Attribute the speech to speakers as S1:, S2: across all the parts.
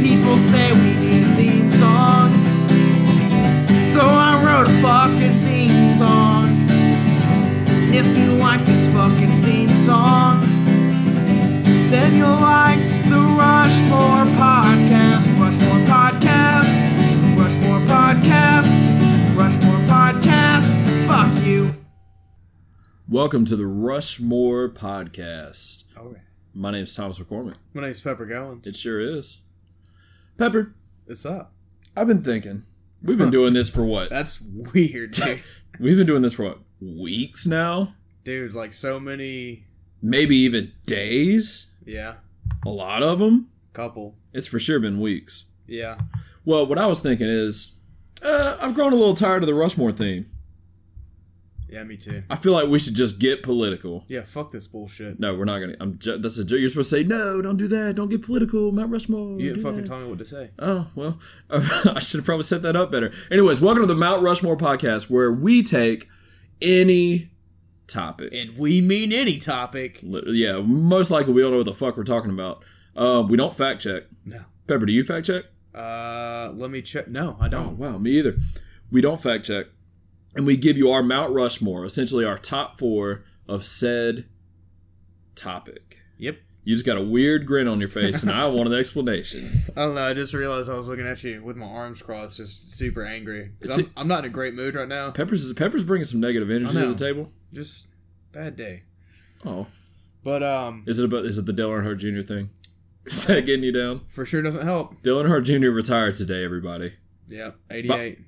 S1: people say we need a theme song. So I wrote a fucking theme song. And if you like this fucking theme song, then you'll like the Rushmore podcast. Rushmore podcast. Rushmore podcast. Rushmore podcast. Fuck you.
S2: Welcome to the Rushmore Podcast.
S3: All right.
S2: My name is Thomas McCormick.
S3: My name's Pepper Gowans.
S2: It sure is. Pepper,
S3: It's up.
S2: I've been thinking. We've been doing this for what?
S3: That's weird, dude.
S2: We've been doing this for what? Weeks now?
S3: dude, like so many.
S2: Maybe even days?
S3: Yeah,
S2: A lot of them?
S3: couple.
S2: It's for sure been weeks.
S3: Yeah,
S2: Well, what I was thinking is, uh, I've grown a little tired of the Rushmore theme.
S3: yeah, me too.
S2: I feel like we should just get political.
S3: Yeah, fuck this bullshit.
S2: No, we're not gonna. I'm. Ju- that's a joke. You're supposed to say no. Don't do that. Don't get political. Mount Rushmore. do
S3: You didn't fucking
S2: that."
S3: tell me what to say.
S2: Oh, well, I should have probably set that up better. Anyways, welcome to the Mount Rushmore podcast where we take any topic.
S3: And we mean any topic.
S2: Li- yeah, most likely we don't know what the fuck we're talking about. Uh, we don't fact check.
S3: No.
S2: Pepper, do you fact check?
S3: Uh, let me check. No, I
S2: Oh,
S3: don't.
S2: wow, me either. We don't fact check. And we give you our Mount Rushmore, essentially our top four of said topic.
S3: Yep.
S2: You just got a weird grin on your face, and I want an explanation.
S3: I don't know. I just realized I was looking at you with my arms crossed, just super angry. 'Cause
S2: It's
S3: I'm, I'm not in a great mood right now.
S2: Pepper's Pepper's bringing some negative energy to
S3: know.
S2: the table.
S3: Just bad day.
S2: Oh,
S3: But um,
S2: Is it about? Is it the Dale Earnhardt Jr. thing? Is that getting you down?
S3: for sure doesn't help.
S2: Dale Earnhardt Jr. retired today. Everybody,
S3: Yep, 88.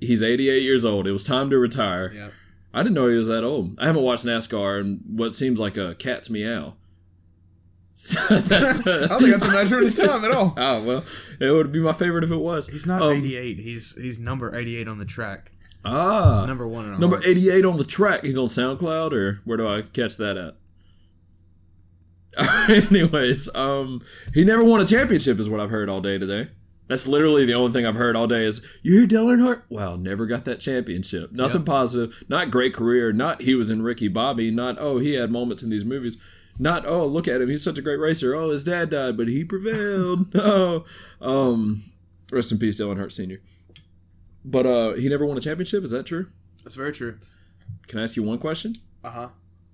S2: he's 88 years old. It was time to retire.
S3: Yep.
S2: I didn't know he was that old. I haven't watched NASCAR in what seems like a cat's meow.
S3: I don't think that's a measure of time at all.
S2: Oh well, it would be my favorite if it was.
S3: He's not
S2: Um,
S3: 88. He's he's number 88 on the track.
S2: Ah, number,
S3: Number one. In our hearts.
S2: 88 on the track. He's on SoundCloud, or where do I catch that at? Anyways, um, he never won a championship, is what I've heard all day today. That's literally the only thing I've heard all day is you hear Dale Earnhardt? Wow, never got that championship. Nothing
S3: Yep.
S2: positive. Not great career. Not he was in Ricky Bobby. Not oh he had moments in these movies. Not oh look at him, he's such a great racer. Oh his dad died, but he prevailed. oh, um, rest in peace, Dale Earnhardt Senior. But uh, he never won a championship. Is that true?
S3: That's very true.
S2: Can I ask you one question?
S3: Uh huh.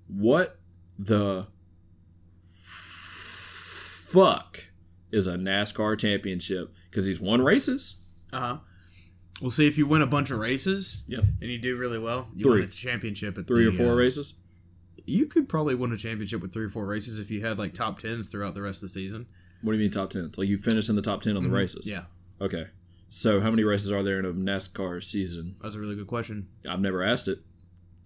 S2: What the fuck is a NASCAR championship? Because he's won races.
S3: Uh huh. Well, see, if you win a bunch of races
S2: Yep.
S3: and you do really well, you
S2: Three.
S3: win a championship at
S2: Three
S3: the,
S2: or four
S3: uh,
S2: races.
S3: You could probably win a championship with three or four races if you had like top tens throughout the rest of the season.
S2: What do you mean top ten? Like you finished in the top ten on the
S3: Mhm.
S2: races.
S3: Yeah,
S2: Okay. So how many races are there in a NASCAR season?
S3: that's a really good question.
S2: I've never asked it.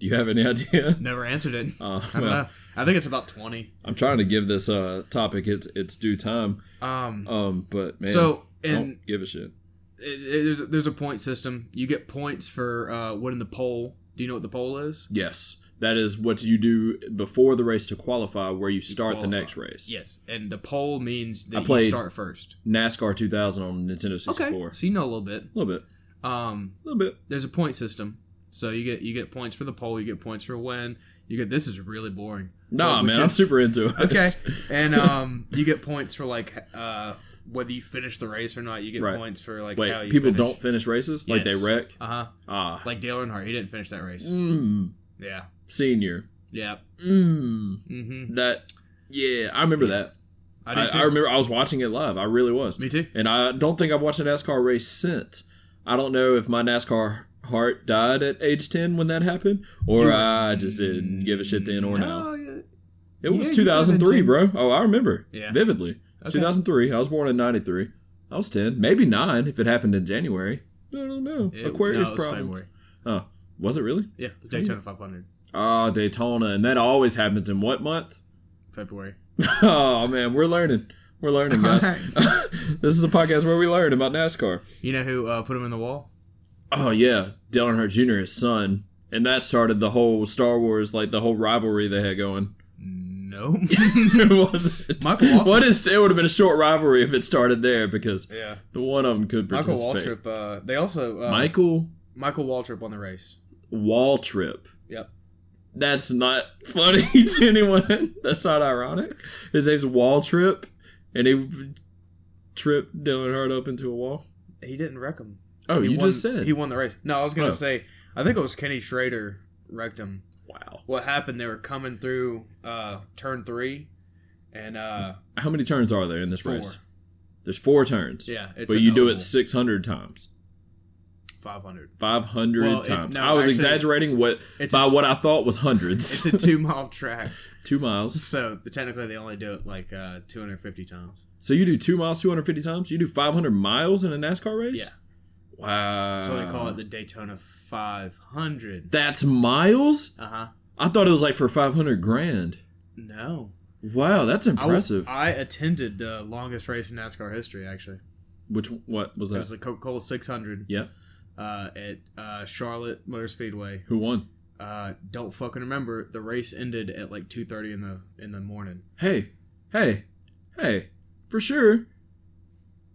S2: Do you have any idea?
S3: Never answered it.
S2: Uh,
S3: I don't
S2: well,
S3: know. I think it's about twenty.
S2: I'm trying to give this uh, topic its its due time.
S3: Um.
S2: Um, but man,
S3: so
S2: I
S3: and
S2: don't give a shit.
S3: it, it- there's there's a point system. You get points for uh, winning the pole. Do you know what the pole is?
S2: Yes, that is what you do before the race to qualify, where you start the
S3: qualify.
S2: next race.
S3: Yes, and the pole means
S2: I
S3: that
S2: played
S3: you start first.
S2: NASCAR 2000 on Nintendo 64.
S3: so you know a little bit.
S2: A little bit,
S3: Um,
S2: a little bit.
S3: there's a point system, so you get you get points for the pole, you get points for a win. You get this is really boring.
S2: Nah,
S3: Well, we
S2: man,
S3: should-
S2: I'm super into it.
S3: Okay, and um, you get points for like uh, whether you finish the race or not. You get
S2: Right.
S3: points for like how
S2: Wait,
S3: you
S2: people
S3: finish.
S2: don't finish races like they
S3: Yes.
S2: wreck.
S3: Uh huh.
S2: Ah,
S3: Like Dale Earnhardt, he didn't finish that race.
S2: mm,
S3: Yeah.
S2: senior.
S3: Yeah.
S2: Mm,
S3: Mm-hmm.
S2: that. Yeah, I remember that.
S3: I
S2: I,
S3: did too.
S2: I, remember I was watching it live. I really was,
S3: Me too.
S2: and I don't think I've watched a NASCAR race since. I don't know if my NASCAR heart died at age 10 when that happened, or
S3: You-
S2: I just didn't give a shit then or now.
S3: no, Oh, yeah.
S2: It
S3: Yeah,
S2: was
S3: you
S2: 2003,
S3: could've
S2: bro. Oh, I remember
S3: Yeah.
S2: vividly. It's
S3: Okay.
S2: 2003. I was born in 93. I was 10, maybe 9 if it happened in January. I don't know.
S3: It-
S2: Aquarius
S3: no, it was
S2: problems.
S3: February.
S2: Was it really?
S3: Yeah, the Daytona 500.
S2: Ah, Daytona, and that always happens in what month?
S3: February.
S2: oh man, we're learning. We're learning, guys. this is a podcast where we learn about NASCAR.
S3: You know who uh, put him in the wall?
S2: Oh yeah, Dale Earnhardt Jr. his son, and that started the whole Star Wars like the whole rivalry they had going.
S3: No.
S2: was it?
S3: Michael Waltrip.
S2: What is? It would have been a short rivalry if it started there because
S3: yeah.
S2: the one of them could
S3: Michael
S2: participate.
S3: Waltrip. Uh, they also uh,
S2: Michael
S3: Michael Waltrip won the race.
S2: wall trip.
S3: Yep.
S2: That's not funny to anyone. That's not ironic. His name's Wall Trip, and he trip Dylan Hart up into a wall?
S3: He didn't wreck him.
S2: Oh,
S3: he
S2: you
S3: won,
S2: just said.
S3: he won the race. No, I was gonna
S2: Oh.
S3: say I think it was Kenny Schrader wrecked him.
S2: wow.
S3: What happened? They were coming through uh, turn three, and uh,
S2: How many turns are there in this
S3: four.
S2: race? There's four turns.
S3: Yeah, it's
S2: but
S3: an
S2: you do
S3: oval.
S2: it 600 times.
S3: five hundred.
S2: 500
S3: Well, it's-
S2: times.
S3: no,
S2: I was
S3: actually-
S2: exaggerating what
S3: It's
S2: by
S3: a,
S2: what I thought was hundreds.
S3: It's a two mile track,
S2: two miles.
S3: so technically they only do it like uh, two hundred fifty times.
S2: So you do two miles 250 times? You do 500 miles in a NASCAR race?
S3: Yeah.
S2: Wow.
S3: So they call it the Daytona five hundred.
S2: That's miles?
S3: Uh huh.
S2: I thought it was like for 500 grand.
S3: No,
S2: Wow, that's
S3: I w-
S2: impressive.
S3: I, attended the longest race in NASCAR history. Actually,
S2: Which what was
S3: it
S2: that?
S3: was the Coca Cola six hundred.
S2: Yeah.
S3: Uh, at uh, Charlotte Motor Speedway.
S2: Who won?
S3: uh, don't fucking remember. The race ended at like two thirty in the in the morning.
S2: Hey, hey, hey, for sure.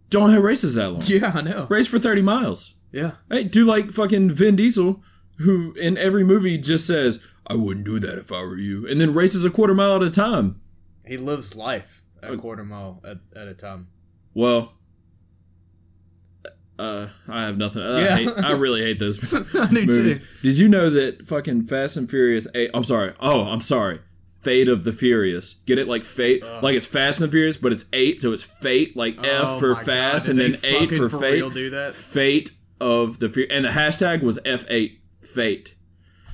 S2: Don't have races that long.
S3: Yeah, I know.
S2: Race for 30 miles.
S3: Yeah,
S2: Hey, do like fucking Vin Diesel, who in every movie just says, I wouldn't do that if I were you, and then races a quarter mile at a time.
S3: he lives life a
S2: Oh.
S3: quarter mile at, at a time.
S2: Well, uh, I have nothing. I,
S3: Yeah.
S2: hate, I really hate those
S3: I do
S2: movies. Did you know that fucking Fast and Furious 8? I'm sorry. Oh, I'm sorry. Fate of the Furious. Get it? Like Fate.
S3: Ugh.
S2: Like it's Fast and the Furious, but it's 8, so it's Fate, like
S3: Oh
S2: F for
S3: my
S2: Fast,
S3: God,
S2: and
S3: did
S2: then
S3: they
S2: 8
S3: fucking
S2: for Fate.
S3: Real do that?
S2: Fate of the Furious. And the hashtag was F8 Fate.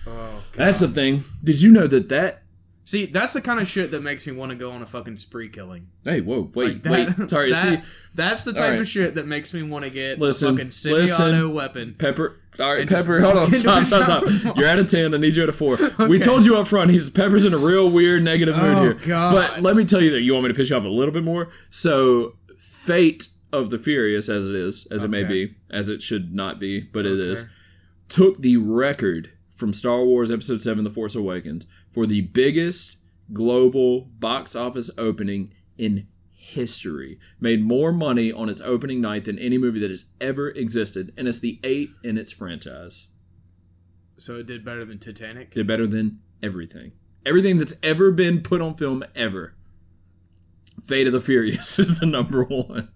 S3: Oh, God.
S2: That's a thing. Did you know that that.
S3: see, that's the kind of shit that makes me want to go on a fucking spree killing.
S2: Hey, whoa, wait,
S3: Like, that-
S2: wait. Sorry,
S3: that-
S2: see,
S3: that's the type
S2: Alright.
S3: of shit that makes me want to get
S2: Listen,
S3: a fucking semi
S2: listen.
S3: auto weapon.
S2: Pepper. All right,
S3: And just
S2: Pepper. Hold on.
S3: walk into
S2: Stop,
S3: the
S2: stop, stop.
S3: shopping mall.
S2: You're at a 10. I need you at a 4. We
S3: Okay.
S2: told you up front, he's Pepper's in a real weird negative mood
S3: Oh,
S2: here.
S3: God.
S2: But let me tell you that you want me to piss you off a little bit more. So, Fate of the Furious, as it is, as it may
S3: Okay.
S2: be, as it should not be, but it
S3: Okay.
S2: is, took the record from Star Wars Episode 7 The Force Awakens for the biggest global box office opening in history. Made more money on its opening night than any movie that has ever existed, and it's the eighth in its franchise.
S3: So it did better than Titanic.
S2: Did better than everything. Everything that's ever been put on film ever. Fate of the Furious is the number one.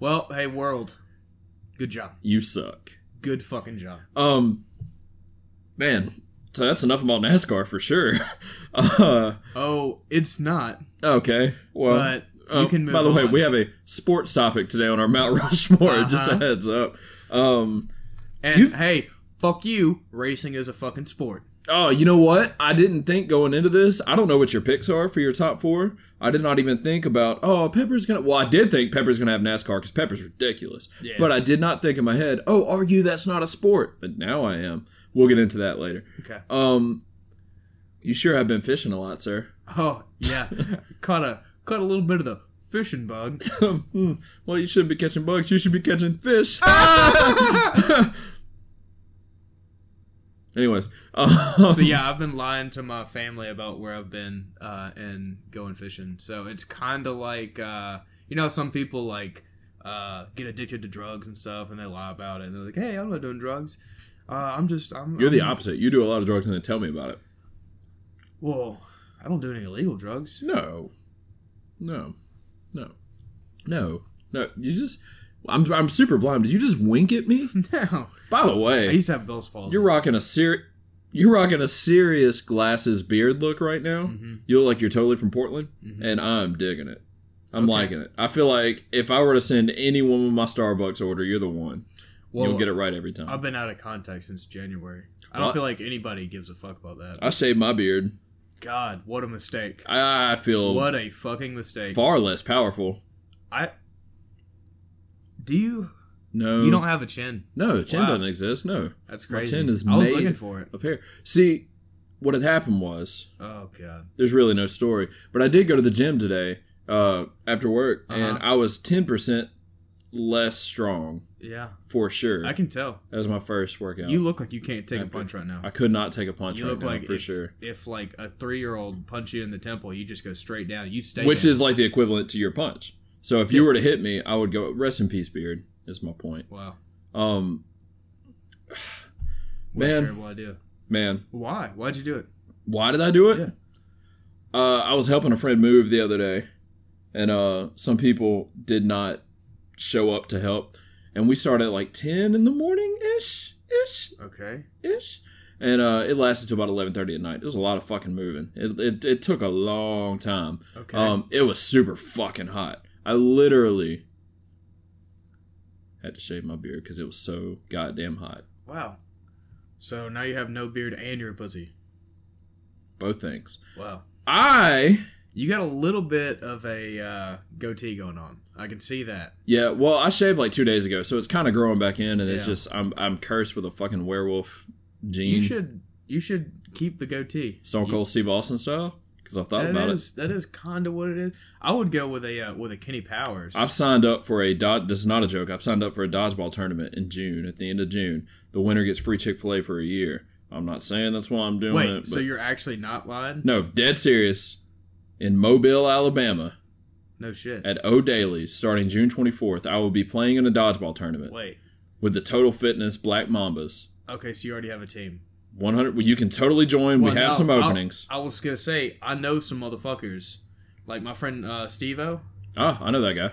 S3: Well, hey world, good job,
S2: You suck.
S3: good fucking job.
S2: Um man, so that's enough about NASCAR for sure. Uh
S3: Oh, it's not,
S2: okay. Well,
S3: but
S2: Uh,
S3: you can move
S2: by the way,
S3: on.
S2: we have a sports topic today on our Mount Rushmore. Just a
S3: Uh-huh.
S2: heads up. Um,
S3: And
S2: You've-
S3: hey, fuck you. Racing is a fucking sport.
S2: oh, you know what? I didn't think going into this. I don't know what your picks are for your top four. I did not even think about. Oh, Pepper's gonna. Well, I did think Pepper's gonna have NASCAR because Pepper's ridiculous.
S3: Yeah.
S2: But I did not think in my head. Oh, argue that's not a sport. But now I am. We'll get into that later.
S3: Okay.
S2: Um, you sure have been fishing a lot, sir.
S3: Oh yeah, caught a caught a little bit of the fishing bug.
S2: Hmm. well, you shouldn't be catching bugs. You should be catching fish. Anyways, um,
S3: so yeah, I've been lying to my family about where I've been uh, and going fishing. So it's kind of like uh, you know how some people like uh, get addicted to drugs and stuff, and they lie about it. And they're like, "Hey, I'm not doing drugs. Uh, I'm just I'm."
S2: you're the
S3: I'm-
S2: opposite. You do a lot of drugs and then tell me about it.
S3: Well, I don't do any illegal drugs.
S2: No, no, no, no, no. You just, I'm, I'm super blind. Did you just wink at me?
S3: No,
S2: By the
S3: I
S2: way,
S3: used to have Bill's palsy.
S2: you're rocking a ser, you're rocking a serious glasses beard look right now.
S3: hmm
S2: You look like you're totally from Portland,
S3: Mhm.
S2: and I'm digging it. I'm
S3: Okay.
S2: liking it. I feel like if I were to send any woman my Starbucks order, you're the one.
S3: Well,
S2: You'll get it right every time.
S3: I've been out of contact since January. I don't
S2: What?
S3: feel like anybody gives a fuck about that.
S2: I shaved my beard.
S3: God, what a mistake.
S2: I feel
S3: What a fucking mistake.
S2: far less powerful.
S3: I Do you
S2: No,
S3: you don't have a chin.
S2: no, chin
S3: Wow.
S2: doesn't exist. No,
S3: That's
S2: My
S3: crazy.
S2: chin is
S3: I was
S2: made.
S3: looking for it.
S2: up here. See, what had happened was
S3: Oh god.
S2: there's really no story, but I did go to the gym today uh, after work, and
S3: Uh-huh.
S2: I was ten percent less strong
S3: Yeah.
S2: for sure.
S3: I can tell.
S2: that was my first workout.
S3: You look like you can't take a
S2: After-
S3: punch right now.
S2: I could not take a punch
S3: you
S2: right
S3: look
S2: now,
S3: like
S2: for
S3: if,
S2: sure.
S3: if like a 3-year-old punch you in the temple, you just go straight down. You stay
S2: Which
S3: down.
S2: is like the equivalent to your punch. So if you
S3: Yeah.
S2: were to hit me, I would go rest in peace, beard. Is my point.
S3: Wow.
S2: Um,
S3: What a
S2: Man.
S3: terrible idea.
S2: man,
S3: Why? Why'd you do it?
S2: Why did I do it?
S3: Yeah.
S2: Uh, I was helping a friend move the other day, and uh, some people did not show up to help. And we started at like ten in the morning ish, ish,
S3: Okay.
S2: ish, and uh, it lasted to about eleven thirty at night. It was a lot of fucking moving. It it, it took a long time.
S3: Okay.
S2: Um, it was super fucking hot. I literally had to shave my beard because it was so goddamn hot.
S3: wow. So now you have no beard and you're a pussy.
S2: Both things.
S3: Wow.
S2: I
S3: You got a little bit of a uh, goatee going on. I can see that.
S2: yeah. Well, I shaved like two days ago, so it's kind of growing back in, and it's
S3: Yeah.
S2: just I'm I'm cursed with a fucking werewolf gene.
S3: You should you should keep the goatee.
S2: Stone
S3: You-
S2: Cold Steve Austin style because I've thought
S3: That
S2: about it.
S3: is- that is kind of what it is. I would go with a uh, with a Kenny Powers.
S2: I've signed up for a dod. This is not a joke. I've signed up for a dodgeball tournament in June. At the end of June, the winner gets free Chick Fil A for a year. I'm not saying that's why I'm doing
S3: Wait,
S2: it.
S3: so
S2: but-
S3: you're actually not lying?
S2: no dead serious in Mobile, Alabama,
S3: No shit.
S2: at O'Daly's starting June 24th. I will be playing in a dodgeball tournament
S3: Wait.
S2: with the Total Fitness Black Mambas.
S3: Okay, so you already have a team.
S2: 100. Well, you can totally join.
S3: Well,
S2: we have
S3: no,
S2: some
S3: I'll-
S2: openings.
S3: I was gonna say I know some motherfuckers, like my friend uh, Stevo.
S2: Ah, I know that guy.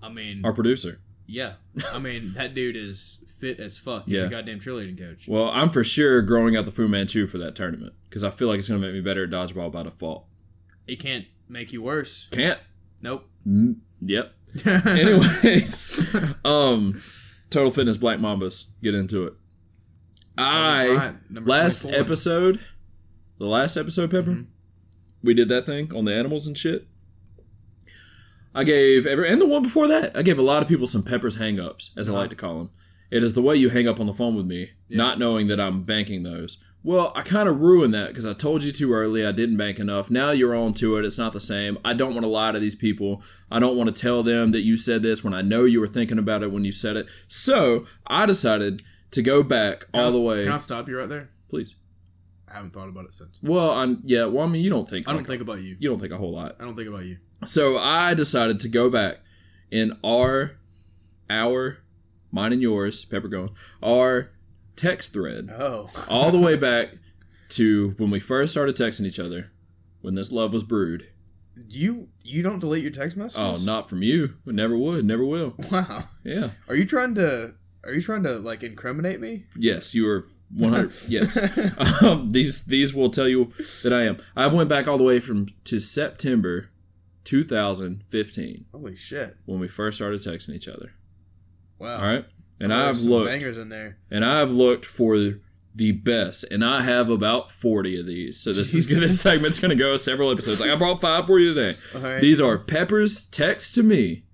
S3: I mean,
S2: Our producer.
S3: yeah. I mean that dude is fit as fuck. He's
S2: Yeah.
S3: a goddamn cheerleading coach.
S2: Well, I'm for sure growing out the Fu Manchu for that tournament because I feel like it's going to make me better at dodgeball by default.
S3: It can't make you worse.
S2: Can't.
S3: Nope.
S2: Mm, yep. Anyways, um, Total Fitness Black Mambas. Get into it. I
S3: Alright, number
S2: last
S3: 24.
S2: episode, the last episode, Pepper,
S3: Mhm.
S2: we did that thing on the animals and shit. I gave every and the one before that, I gave a lot of people some Pepper's hangups, as I
S3: Uh-huh.
S2: like to call them. It is the way you hang up on the phone with me,
S3: Yeah.
S2: not knowing that I'm banking those. Well, I kind of ruined that because I told you too early. I didn't bank enough. Now you're on to it. It's not the same. I don't want to lie to these people. I don't want to tell them that you said this when I know you were thinking about it when you said it. So I decided to go back
S3: Can I-
S2: all the way.
S3: Can I stop you right there?
S2: Please.
S3: I haven't thought about it since.
S2: Well, I'm yeah. Well, I mean, you don't think
S3: I don't
S2: like-
S3: think about you.
S2: you don't think a whole lot.
S3: I don't think about you.
S2: So I decided to go back in our, our, mine and yours, Pepper going, our text thread
S3: Oh.
S2: all the way back to when we first started texting each other, when this love was brewed.
S3: You you don't delete your text messages?
S2: Oh, not from you. Never would. Never will.
S3: Wow.
S2: Yeah.
S3: Are you trying to are you trying to like incriminate me?
S2: Yes, you were 100. yes. Um, these these will tell you that I am. I went back all the way from to September 2015
S3: Holy shit.
S2: when we first started texting each other.
S3: Wow.
S2: All right. And
S3: There are
S2: I've
S3: Oh, some
S2: looked.
S3: bangers in there.
S2: and I've looked for the best, and I have about forty of these. So this is this segment's going to go several episodes. Like I brought five for you today.
S3: All right.
S2: These are Pepper's text to me.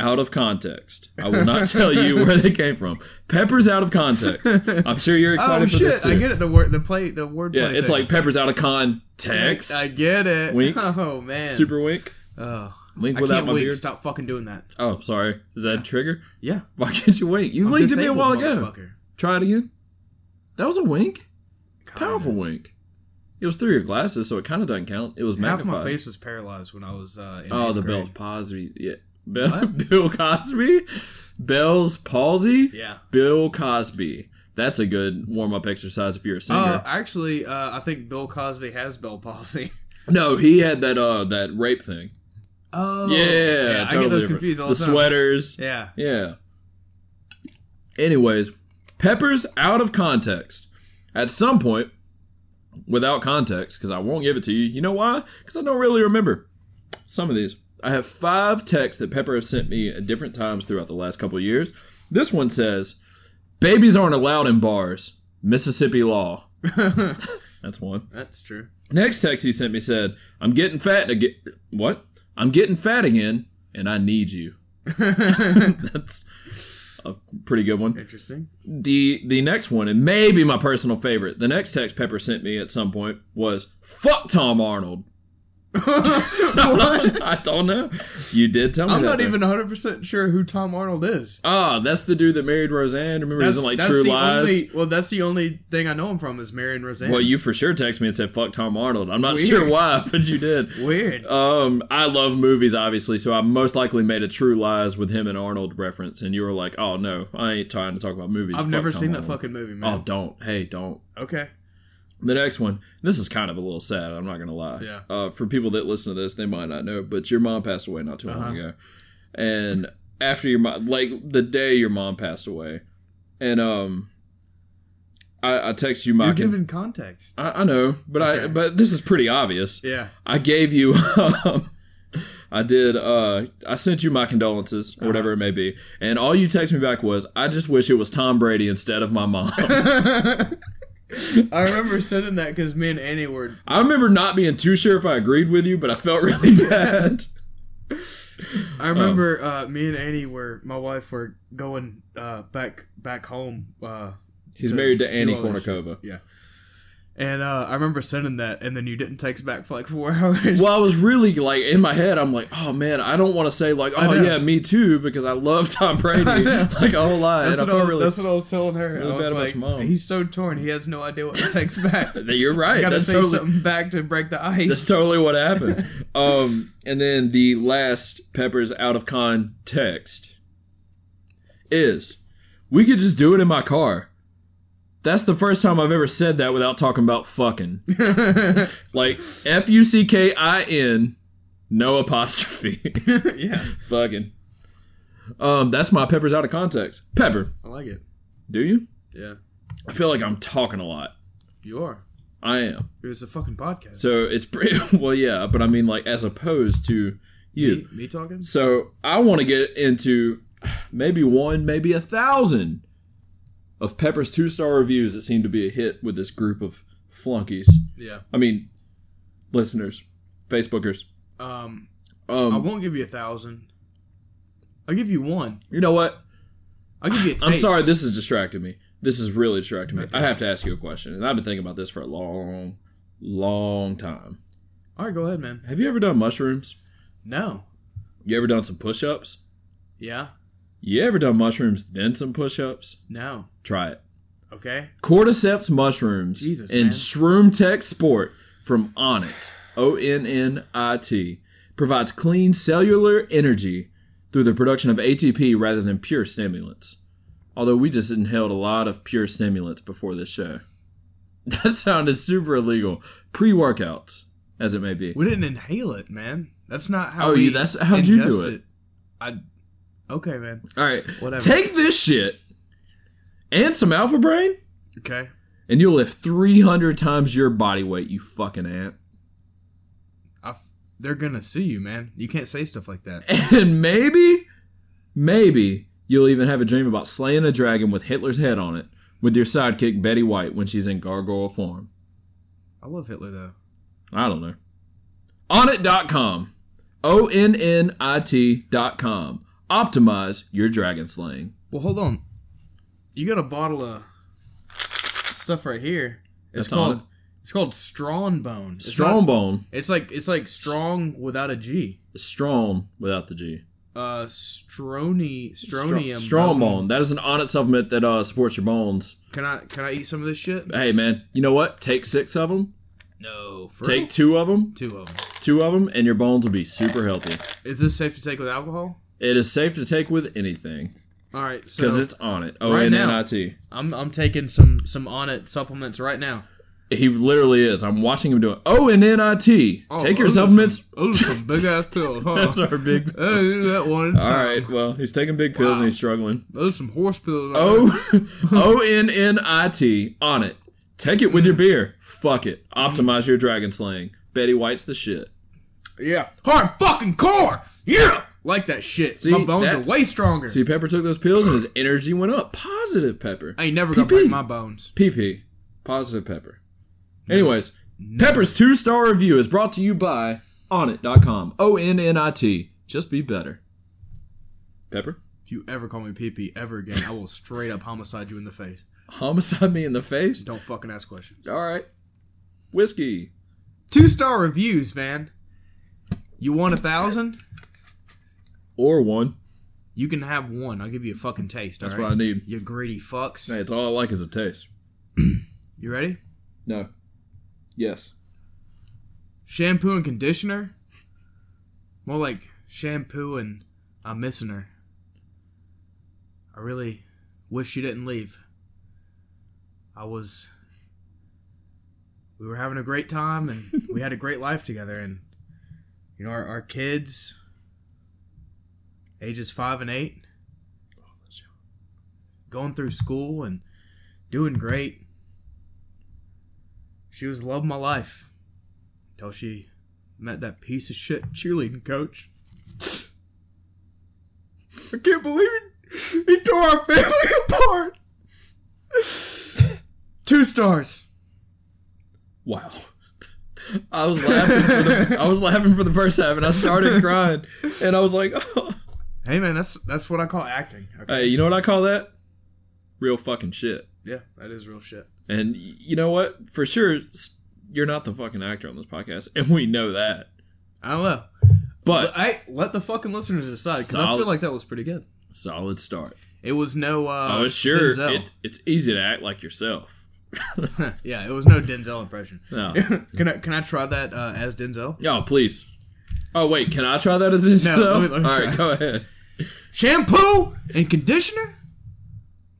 S2: Out of context. I will not tell you where they came from. Pepper's out of context. I'm sure you're excited
S3: oh
S2: for
S3: shit,
S2: this too.
S3: I get it. The word the play the word
S2: yeah,
S3: play
S2: it's
S3: thing.
S2: like Pepper's out of context.
S3: I get it.
S2: Wink.
S3: Oh man.
S2: Super wink.
S3: Oh.
S2: Wink
S3: I
S2: without
S3: can't
S2: my
S3: wink.
S2: beard.
S3: Stop fucking doing that.
S2: Oh, sorry. Is that a trigger?
S3: Yeah.
S2: Why can't you wink? You
S3: I'm
S2: winked at me a
S3: disabled,
S2: while ago.
S3: motherfucker.
S2: Try it again. That was a wink.
S3: God,
S2: Powerful
S3: man.
S2: wink. It was through your glasses, so it kind of doesn't count. It was
S3: Half
S2: magnified.
S3: my face was paralyzed when I was uh in
S2: oh,
S3: eighth
S2: the
S3: grade.
S2: Bell's palsy. Yeah, Bill,
S3: What?
S2: Bill Cosby. Bell's palsy.
S3: Yeah.
S2: Bill Cosby. That's a good warm-up exercise if you're a singer.
S3: Uh, actually, uh, I think Bill Cosby has Bell palsy.
S2: no, he had that uh that rape thing.
S3: Oh,
S2: yeah,
S3: yeah.
S2: totally
S3: I get those
S2: different.
S3: confused all
S2: the
S3: the, time.
S2: sweaters.
S3: Yeah,
S2: Yeah. Anyways, Pepper's out of context. At some point, without context, because I won't give it to you. You know why? Because I don't really remember some of these. I have five texts that Pepper has sent me at different times throughout the last couple of years. This one says, "Babies aren't allowed in bars. Mississippi law." That's one.
S3: that's true.
S2: Next text he sent me said, "I'm getting fat again. What? I'm getting fat again, and I need you." That's a pretty good one.
S3: Interesting.
S2: The the next one, and maybe my personal favorite, the next text Pepper sent me at some point was "fuck Tom Arnold."
S3: what?
S2: I don't know. You did tell me.
S3: I'm
S2: that,
S3: not
S2: though.
S3: even 100 percent sure who Tom Arnold is.
S2: Ah, that's the dude that married Roseanne. Remember, he's in like True
S3: the
S2: Lies.
S3: Only, well, that's the only thing I know him from is Marion Roseanne.
S2: Well, you for sure texted me and said "fuck Tom Arnold." I'm not
S3: Weird.
S2: sure why, but you did.
S3: weird.
S2: Um, I love movies, obviously, so I most likely made a True Lies with him and Arnold reference, and you were like, "Oh no, I ain't trying to talk about movies."
S3: I've
S2: Fuck
S3: never
S2: Tom
S3: seen that
S2: Arnold."
S3: fucking movie,
S2: Oh,
S3: man.
S2: don't. Hey, don't.
S3: Okay.
S2: The next one, this is kind of a little sad. I'm not gonna lie.
S3: Yeah.
S2: Uh, for people that listen to this, they might not know, but your mom passed away not too long
S3: Uh-huh.
S2: ago, and after your mom, like the day your mom passed away, and um, I, I text you my.
S3: You're giving context.
S2: I, I know, but I
S3: Okay.
S2: but this is pretty obvious.
S3: Yeah.
S2: I gave you. Um, I did. Uh, I sent you my condolences, or
S3: Uh-huh.
S2: whatever it may be, and all you texted me back was, "I just wish it was Tom Brady instead of my mom."
S3: I remember sending that because me and Annie were.
S2: I remember not being too sure if I agreed with you, but I felt really bad.
S3: I remember
S2: Oh.
S3: uh, me and Annie were. My wife were going uh, back back home. Uh,
S2: He's
S3: To
S2: married to
S3: do
S2: Annie
S3: all that shit.
S2: Kournikova.
S3: and uh, I remember sending that, and then you didn't text back for like four hours.
S2: Well, I was really like in my head. I'm like, oh man, I don't want to say like,
S3: I
S2: oh
S3: know.
S2: yeah, me too, because I love Tom Brady
S3: I know.
S2: like a whole lot.
S3: that's
S2: and
S3: what,
S2: I
S3: I
S2: felt
S3: was,
S2: really.
S3: that's what I was telling her.
S2: really
S3: I was
S2: bad about
S3: like,
S2: your mom.
S3: he's so torn. He has no idea what to text back.
S2: You're
S3: I
S2: right.
S3: gotta
S2: That's
S3: say
S2: totally,
S3: something back to break the ice.
S2: That's totally what happened. um, and then the last Peppers out of context is we could just do it in my car. That's the first time I've ever said that without talking about fucking. Like F U C K I N, no apostrophe.
S3: yeah,
S2: fucking. Um, that's my Peppers out of context. Pepper,
S3: I like it.
S2: do you?
S3: Yeah,
S2: I feel like I'm talking a lot.
S3: you are.
S2: I am.
S3: It's a fucking podcast.
S2: So it's pretty, well, yeah, but I mean, like, as opposed to you.
S3: me, me talking.
S2: So I want to get into maybe one, maybe a thousand of Pepper's two star reviews that seem to be a hit with this group of flunkies.
S3: Yeah.
S2: I mean, listeners, Facebookers.
S3: Um,
S2: Um,
S3: I won't give you a thousand. I'll give you one.
S2: you know what?
S3: I'll give you a taste.
S2: I'm sorry, this is distracting me. This is really distracting me.
S3: Okay.
S2: I have to ask you a question, and I've been thinking about this for a long, long time.
S3: All right, go ahead, man.
S2: Have you ever done mushrooms?
S3: No.
S2: You ever done some push ups?
S3: Yeah.
S2: You ever done mushrooms, then some push ups?
S3: No.
S2: Try it.
S3: Okay.
S2: Cordyceps mushrooms
S3: Jesus,
S2: and
S3: man.
S2: Shroom Tech Sport from Onnit, O N N I T, provides clean cellular energy through the production of ATP rather than pure stimulants. Although we just inhaled a lot of pure stimulants before this show. That sounded super illegal. Pre workouts, as it may be.
S3: We didn't inhale it, man. That's not how.
S2: Oh,
S3: we
S2: you- that's- how'd you do
S3: ingest
S2: it?
S3: I. Okay, man.
S2: All right.
S3: Whatever.
S2: Take this shit and some Alpha Brain,
S3: okay.
S2: and you'll lift 300 times your body weight, you fucking ant.
S3: I. f- They're gonna sue you, man. You can't say stuff like that.
S2: And maybe, maybe you'll even have a dream about slaying a dragon with Hitler's head on it with your sidekick Betty White when she's in gargoyle form.
S3: I love Hitler though.
S2: I don't know. Onnit.com. O N N I T.com. Optimize your dragon slaying.
S3: Well, hold on. You got a bottle of stuff right here. It's
S2: That's
S3: called.
S2: on it.
S3: It's called Strongbone. It's
S2: Strong
S3: not-
S2: bone.
S3: It's like it's like strong without a G.
S2: Strong without the G.
S3: uh stroni stronium
S2: Strong bone. That is an Onnit supplement that uh, supports your bones.
S3: Can I can I eat some of this shit?
S2: Hey, man, you know what? Take six of them,
S3: No. For
S2: take two of them,
S3: two of them.
S2: two of them, and your bones will be super healthy.
S3: Is this safe to take with alcohol?
S2: It is safe to take with anything
S3: All right, so
S2: because it's on it. O
S3: Right
S2: N
S3: now.
S2: N I T.
S3: I'm I'm taking some some on it supplements right now.
S2: He literally is. I'm watching him do it. O N N I T. Take your
S3: those are
S2: supplements.
S3: some- Those are Oh, some big ass pills. Huh?
S2: Those are big
S3: Oh,
S2: pills.
S3: do that one.
S2: All right. Well, he's taking big pills
S3: Wow.
S2: and he's struggling.
S3: Those are some horse pills.
S2: O O N N I T. On it. Take it with your beer. Fuck it. Optimize your dragon slaying. Betty White's the shit.
S3: yeah, hard fucking core. Yeah, like that shit.
S2: See,
S3: my bones
S2: that's-
S3: are way stronger.
S2: See, Pepper took those pills and his energy went up. Positive Pepper.
S3: I ain't never gonna
S2: PP.
S3: break my bones.
S2: PP. Positive Pepper. Anyways, Pepper's two star review is brought to you by Onnit.com. O N N I T. Just be better. Pepper,
S3: If you ever call me PP ever again, I will straight up homicide you in the face.
S2: homicide me in the face?
S3: Don't fucking ask questions.
S2: All right. Whiskey.
S3: Two star reviews, man. You want a thousand?
S2: Or one.
S3: You can have one. I'll give you a fucking taste.
S2: That's
S3: all right?
S2: what I need.
S3: You greedy fucks.
S2: Hey, it's all I like is a taste.
S3: You ready?
S2: No. Yes.
S3: Shampoo and conditioner. More like shampoo and I'm missing her. I really wish she didn't leave. I was we were having a great time and we had a great life together. And you know, our, our kids, ages five and eight, going through school and doing great. She was love of my life until she met that piece of shit cheerleading coach. I can't believe it. He tore our family apart. Two stars.
S2: Wow. I was laughing. For the, I was laughing for the first half, and I started crying, and I was like, oh.
S3: Hey man, that's that's what I call acting. Okay.
S2: "Hey, you know what I call that? Real fucking shit."
S3: Yeah, that is real shit.
S2: And y- you know what? For sure, s- you're not the fucking actor on this podcast, and we know that.
S3: I don't know.
S2: But
S3: I let the fucking listeners decide because I
S2: Solid.
S3: feel like that was pretty good.
S2: solid start.
S3: It was no. Uh,
S2: oh, it's sure.
S3: Denzel.
S2: It, it's easy to act like yourself.
S3: yeah, it was no Denzel impression.
S2: No.
S3: can I can I try that uh, as Denzel?
S2: oh, please. Oh wait, can I try that as an
S3: No,
S2: though?
S3: let me- let me
S2: All right,
S3: try.
S2: go ahead.
S3: Shampoo and conditioner.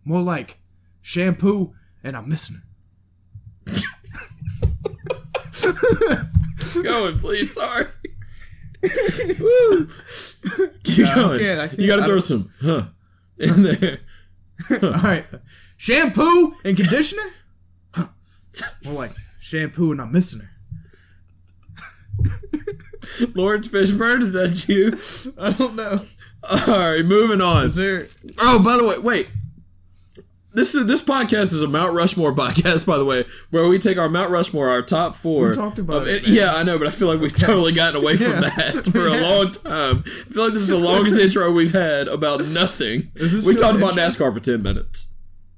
S3: More like shampoo and I'm missing her.
S2: Keep going, please. Sorry. Woo. Keep
S3: No, I
S2: going.
S3: can't, I can't.
S2: You gotta
S3: I
S2: throw
S3: don't-
S2: some huh in there.
S3: All right. Shampoo and conditioner? Huh. More like shampoo and I'm missing her.
S2: Lawrence Fishburne, is that you?
S3: I don't know.
S2: All right, moving on.
S3: Is there?
S2: Oh, by the way, wait. This is this podcast is a Mount Rushmore podcast, by the way, where we take our Mount Rushmore, our top four.
S3: We talked about
S2: of
S3: it, man.
S2: Yeah, I know, but I feel like we've totally gotten away from
S3: Yeah.
S2: that for a
S3: Yeah.
S2: long time. I feel like this is the longest intro we've had about nothing.
S3: Is this
S2: We
S3: still
S2: talked
S3: an
S2: about NASCAR for ten minutes.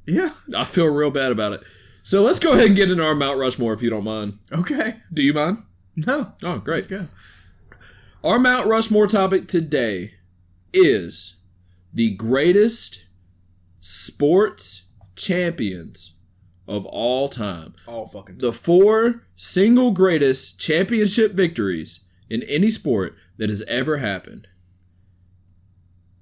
S3: Yeah.
S2: I feel real bad about it. So let's go ahead and get into our Mount Rushmore, if you don't mind.
S3: Okay.
S2: Do you mind?
S3: No.
S2: Oh,
S3: Let's
S2: great.
S3: go.
S2: Our Mount Rushmore topic today is the greatest sports champions of all time.
S3: All fucking.
S2: The four single greatest championship victories in any sport that has ever happened.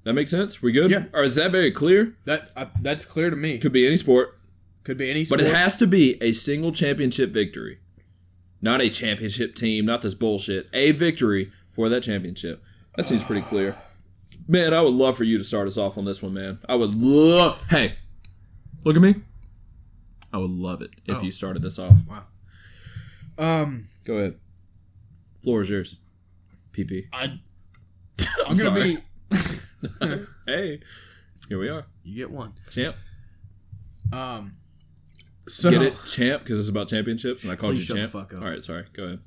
S2: That makes sense? We good?
S3: Yeah.
S2: Or is that very clear?
S3: That uh, that's clear to me.
S2: Could be any sport,
S3: Could be any.
S2: but
S3: Sport.
S2: it has to be a single championship victory. Not a championship team, not this bullshit. A victory for that championship. That seems pretty clear. Man, I would love for you to start us off on this one, man. I would love. Hey, look at me. I would love it if
S3: Oh.
S2: you started this off.
S3: Um,
S2: Go ahead. Floor is yours. PP.
S3: I.
S2: I'm sorry. hey, here we are.
S3: You get one.
S2: Champ.
S3: Um. So
S2: Get it? Champ, because it's about championships, and I called
S3: Please
S2: you
S3: shut
S2: champ.
S3: the fuck up.
S2: All right, sorry. Go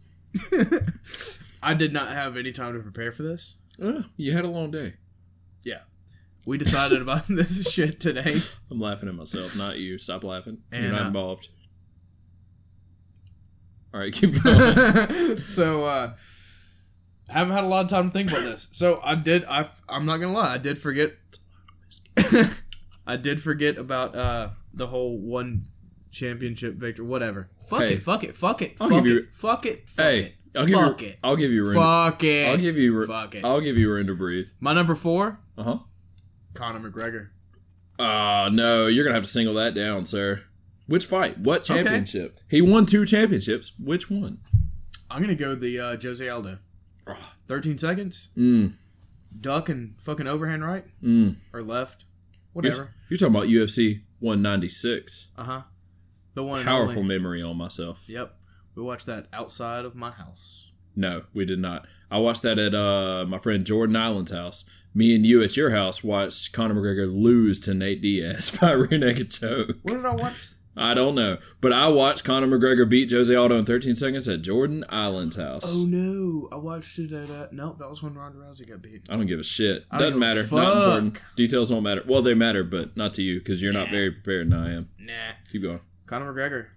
S2: ahead.
S3: I did not have any time to prepare for this.
S2: Uh, you had a long day.
S3: We decided about this shit today.
S2: I'm laughing at myself, not you. Stop laughing. You're
S3: And,
S2: not
S3: uh,
S2: involved. All right, keep going.
S3: so uh I haven't had a lot of time to think about this. So I did I I'm not gonna lie, I did forget I did forget about uh the whole one championship victory, whatever. Fuck
S2: Hey.
S3: it, fuck it, fuck it,
S2: I'll
S3: fuck it,
S2: give you-
S3: fuck it, fuck
S2: hey,
S3: it,
S2: I'll give
S3: fuck
S2: you.
S3: it.
S2: I'll give you room.
S3: fuck it.
S2: I'll give you.
S3: fuck it.
S2: I'll give you room to breathe.
S3: My number four,
S2: Uh huh.
S3: Conor McGregor.
S2: Ah, no, you're gonna have to single that down, sir. Which fight? What championship? He won two championships. Which one?
S3: I'm gonna go the uh, Jose Aldo.
S2: Ah,
S3: Thirteen seconds,
S2: Mm,
S3: duck and fucking overhand right
S2: mm.
S3: or left, whatever.
S2: You're talking about UFC 196.
S3: Uh huh. The one and
S2: Powerful
S3: only.
S2: memory on myself.
S3: Yep. We watched that outside of my house.
S2: No, we did not. I watched that at uh, my friend Jordan Island's house. Me and you at your house watched Conor McGregor lose to Nate Diaz by rear naked choke.
S3: Where did I watch?
S2: I don't know, but I watched Conor McGregor beat Jose Aldo in 13 seconds at Jordan Island's house.
S3: Oh no, I watched it at uh, no, that was when Ronda Rousey got beat.
S2: I don't give a shit.
S3: I
S2: Doesn't
S3: don't give
S2: matter.
S3: a
S2: Not
S3: fuck.
S2: important. Details don't matter. Well, they matter, but not to you because you're not
S3: Nah.
S2: very prepared, and I am.
S3: Nah,
S2: Keep going.
S3: Conor McGregor.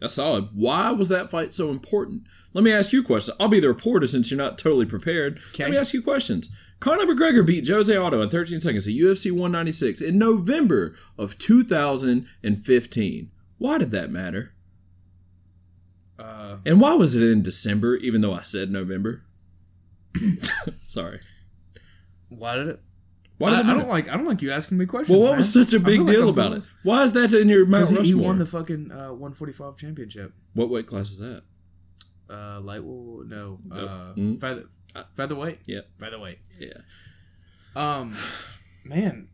S2: That's solid. Why was that fight so important? Let me ask you a question. I'll be the reporter since you're not totally prepared. Let
S3: Okay.
S2: me ask you questions. Conor McGregor beat Jose Aldo in 13 seconds at UFC 196 in November of 2015. Why did that matter?
S3: Uh,
S2: And why was it in December, even though I said November? Sorry.
S3: why did it?
S2: Why
S3: I,
S2: did
S3: I don't like. I don't like you asking me questions.
S2: Well, what
S3: man.
S2: was such a
S3: I
S2: big
S3: feel like
S2: deal
S3: I'm
S2: about
S3: clueless.
S2: it? Why is that in your Mount
S3: Because he,
S2: Rushmore?
S3: he won the fucking uh, 145 championship.
S2: What weight class is that?
S3: Uh, light will no.
S2: Nope.
S3: Uh,
S2: Mm.
S3: feather, featherweight.
S2: Yep.
S3: featherweight.
S2: Yeah.
S3: Um, man,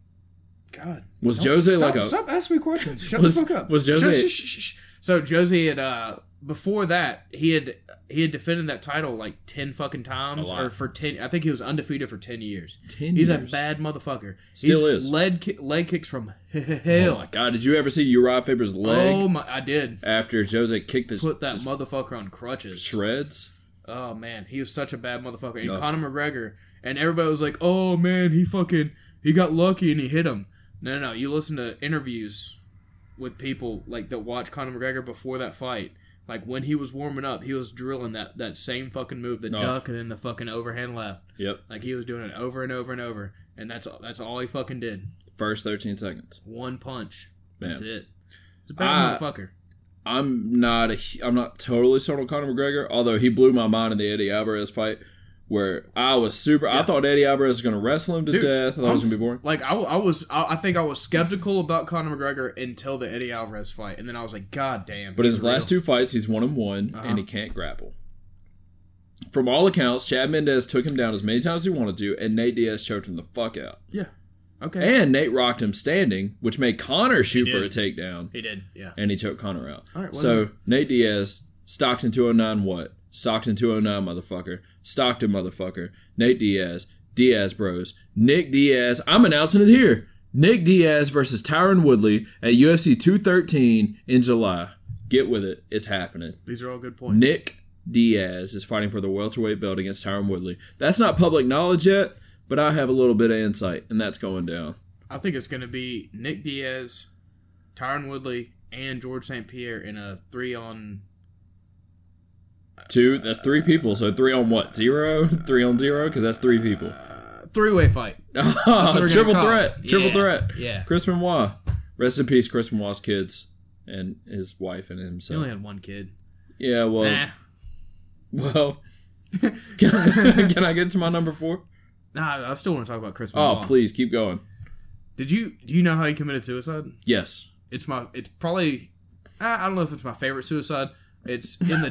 S3: God,
S2: Was
S3: Don't-
S2: Jose
S3: stop,
S2: like a?
S3: stop asking me questions? Shut
S2: Was-
S3: the fuck up.
S2: was Jose-
S3: Shh, shh, shh, shh. So Jose had uh before that he had he had defended that title like ten fucking times
S2: A lot.
S3: or for ten. I think he was undefeated for ten years.
S2: 10
S3: He's
S2: years?
S3: a bad motherfucker.
S2: Still
S3: He's
S2: is.
S3: leg ki- leg kicks from
S2: Oh
S3: hell.
S2: my god! Did you ever see Uriah Faber's leg
S3: Oh my! I did
S2: after Jose kicked the
S3: put that
S2: just
S3: motherfucker on crutches.
S2: shreds?
S3: Oh man, he was such a bad motherfucker. And
S2: Yeah.
S3: Conor McGregor, and everybody was like, "Oh man, he fucking he got lucky and he hit him." No, no, no. You listen to interviews with people like that watch Conor McGregor before that fight. Like when he was warming up, he was drilling that that same fucking move, the
S2: No.
S3: duck and then the fucking overhand left.
S2: Yep.
S3: Like he was doing it over and over and over, and that's that's all he fucking did.
S2: First thirteen seconds.
S3: One punch. That's
S2: Man.
S3: it. He's a bad
S2: I-
S3: motherfucker.
S2: I'm not a, I'm not totally sold on Conor McGregor, although he blew my mind in the Eddie Alvarez fight, where I was super. I
S3: Yeah.
S2: thought Eddie Alvarez was going to wrestle him to
S3: Dude,
S2: death. I thought it was
S3: I'm
S2: going to be boring.
S3: Like I, I was, I, I think I was skeptical about Conor McGregor until the Eddie Alvarez fight, and then I was like, God damn.
S2: But his last two fights, he's one and one,
S3: Uh-huh.
S2: and he can't grapple. From all accounts, Chad Mendez took him down as many times as he wanted to, and Nate Diaz choked him the fuck out.
S3: okay,
S2: And Nate rocked him standing, which made Connor shoot for a
S3: did.
S2: takedown,
S3: he did, yeah.
S2: and he choked Connor out.
S3: All right, well,
S2: So Nate Diaz, Stockton 209 what? Stockton 209 motherfucker. Stockton motherfucker. Nate Diaz. Diaz Bros. Nick Diaz. I'm announcing it here. Nick Diaz versus Tyron Woodley at UFC 213 in July. Get with it. It's happening.
S3: these are all good points.
S2: Nick Diaz is fighting for the welterweight belt against Tyron Woodley. That's not public knowledge yet, but I have a little bit of insight, and that's going down.
S3: I think it's gonna be Nick Diaz, Tyron Woodley, and George St. Pierre in a three on.
S2: Two, that's three people. So three on what? Zero? Three on zero? Because that's three people.
S3: Uh, three-way fight. That's what we're gonna
S2: triple
S3: call
S2: threat.
S3: it.
S2: Triple
S3: Yeah,
S2: threat.
S3: Yeah.
S2: Chris Benoit. Rest in peace, Chris Benoit's kids and his wife and
S3: He only
S2: himself.
S3: had one kid.
S2: Yeah, well,
S3: Nah.
S2: well. Can I, can I get to my number four?
S3: Nah, I still want to talk about Chris.
S2: Oh,
S3: Benoit.
S2: please keep going.
S3: Did you do you know how he committed suicide?
S2: Yes.
S3: It's my. It's probably. I I don't know if it's my favorite suicide. It's in the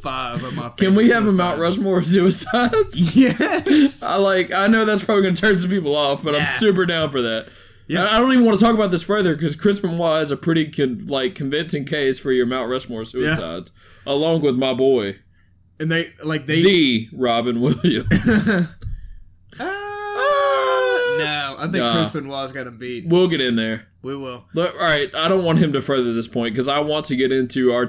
S3: five of my. Favorite
S2: Can we have a Mount
S3: suicides.
S2: Rushmore of suicides?
S3: Yes.
S2: I like. I know that's probably going to turn some people off, but
S3: Nah.
S2: I'm super down for that.
S3: Yeah.
S2: Yeah. I I don't even want to talk about this further because Chris Benoit has a pretty con- like convincing case for your Mount Rushmore of
S3: Yeah.
S2: suicides, along with my boy,
S3: and they like they.
S2: the Robin Williams.
S3: Uh, no, I think
S2: Nah.
S3: Chris Benoit's got him beat.
S2: We'll get in there.
S3: We will.
S2: Look, all right, I don't want him to further this point because I want to get into our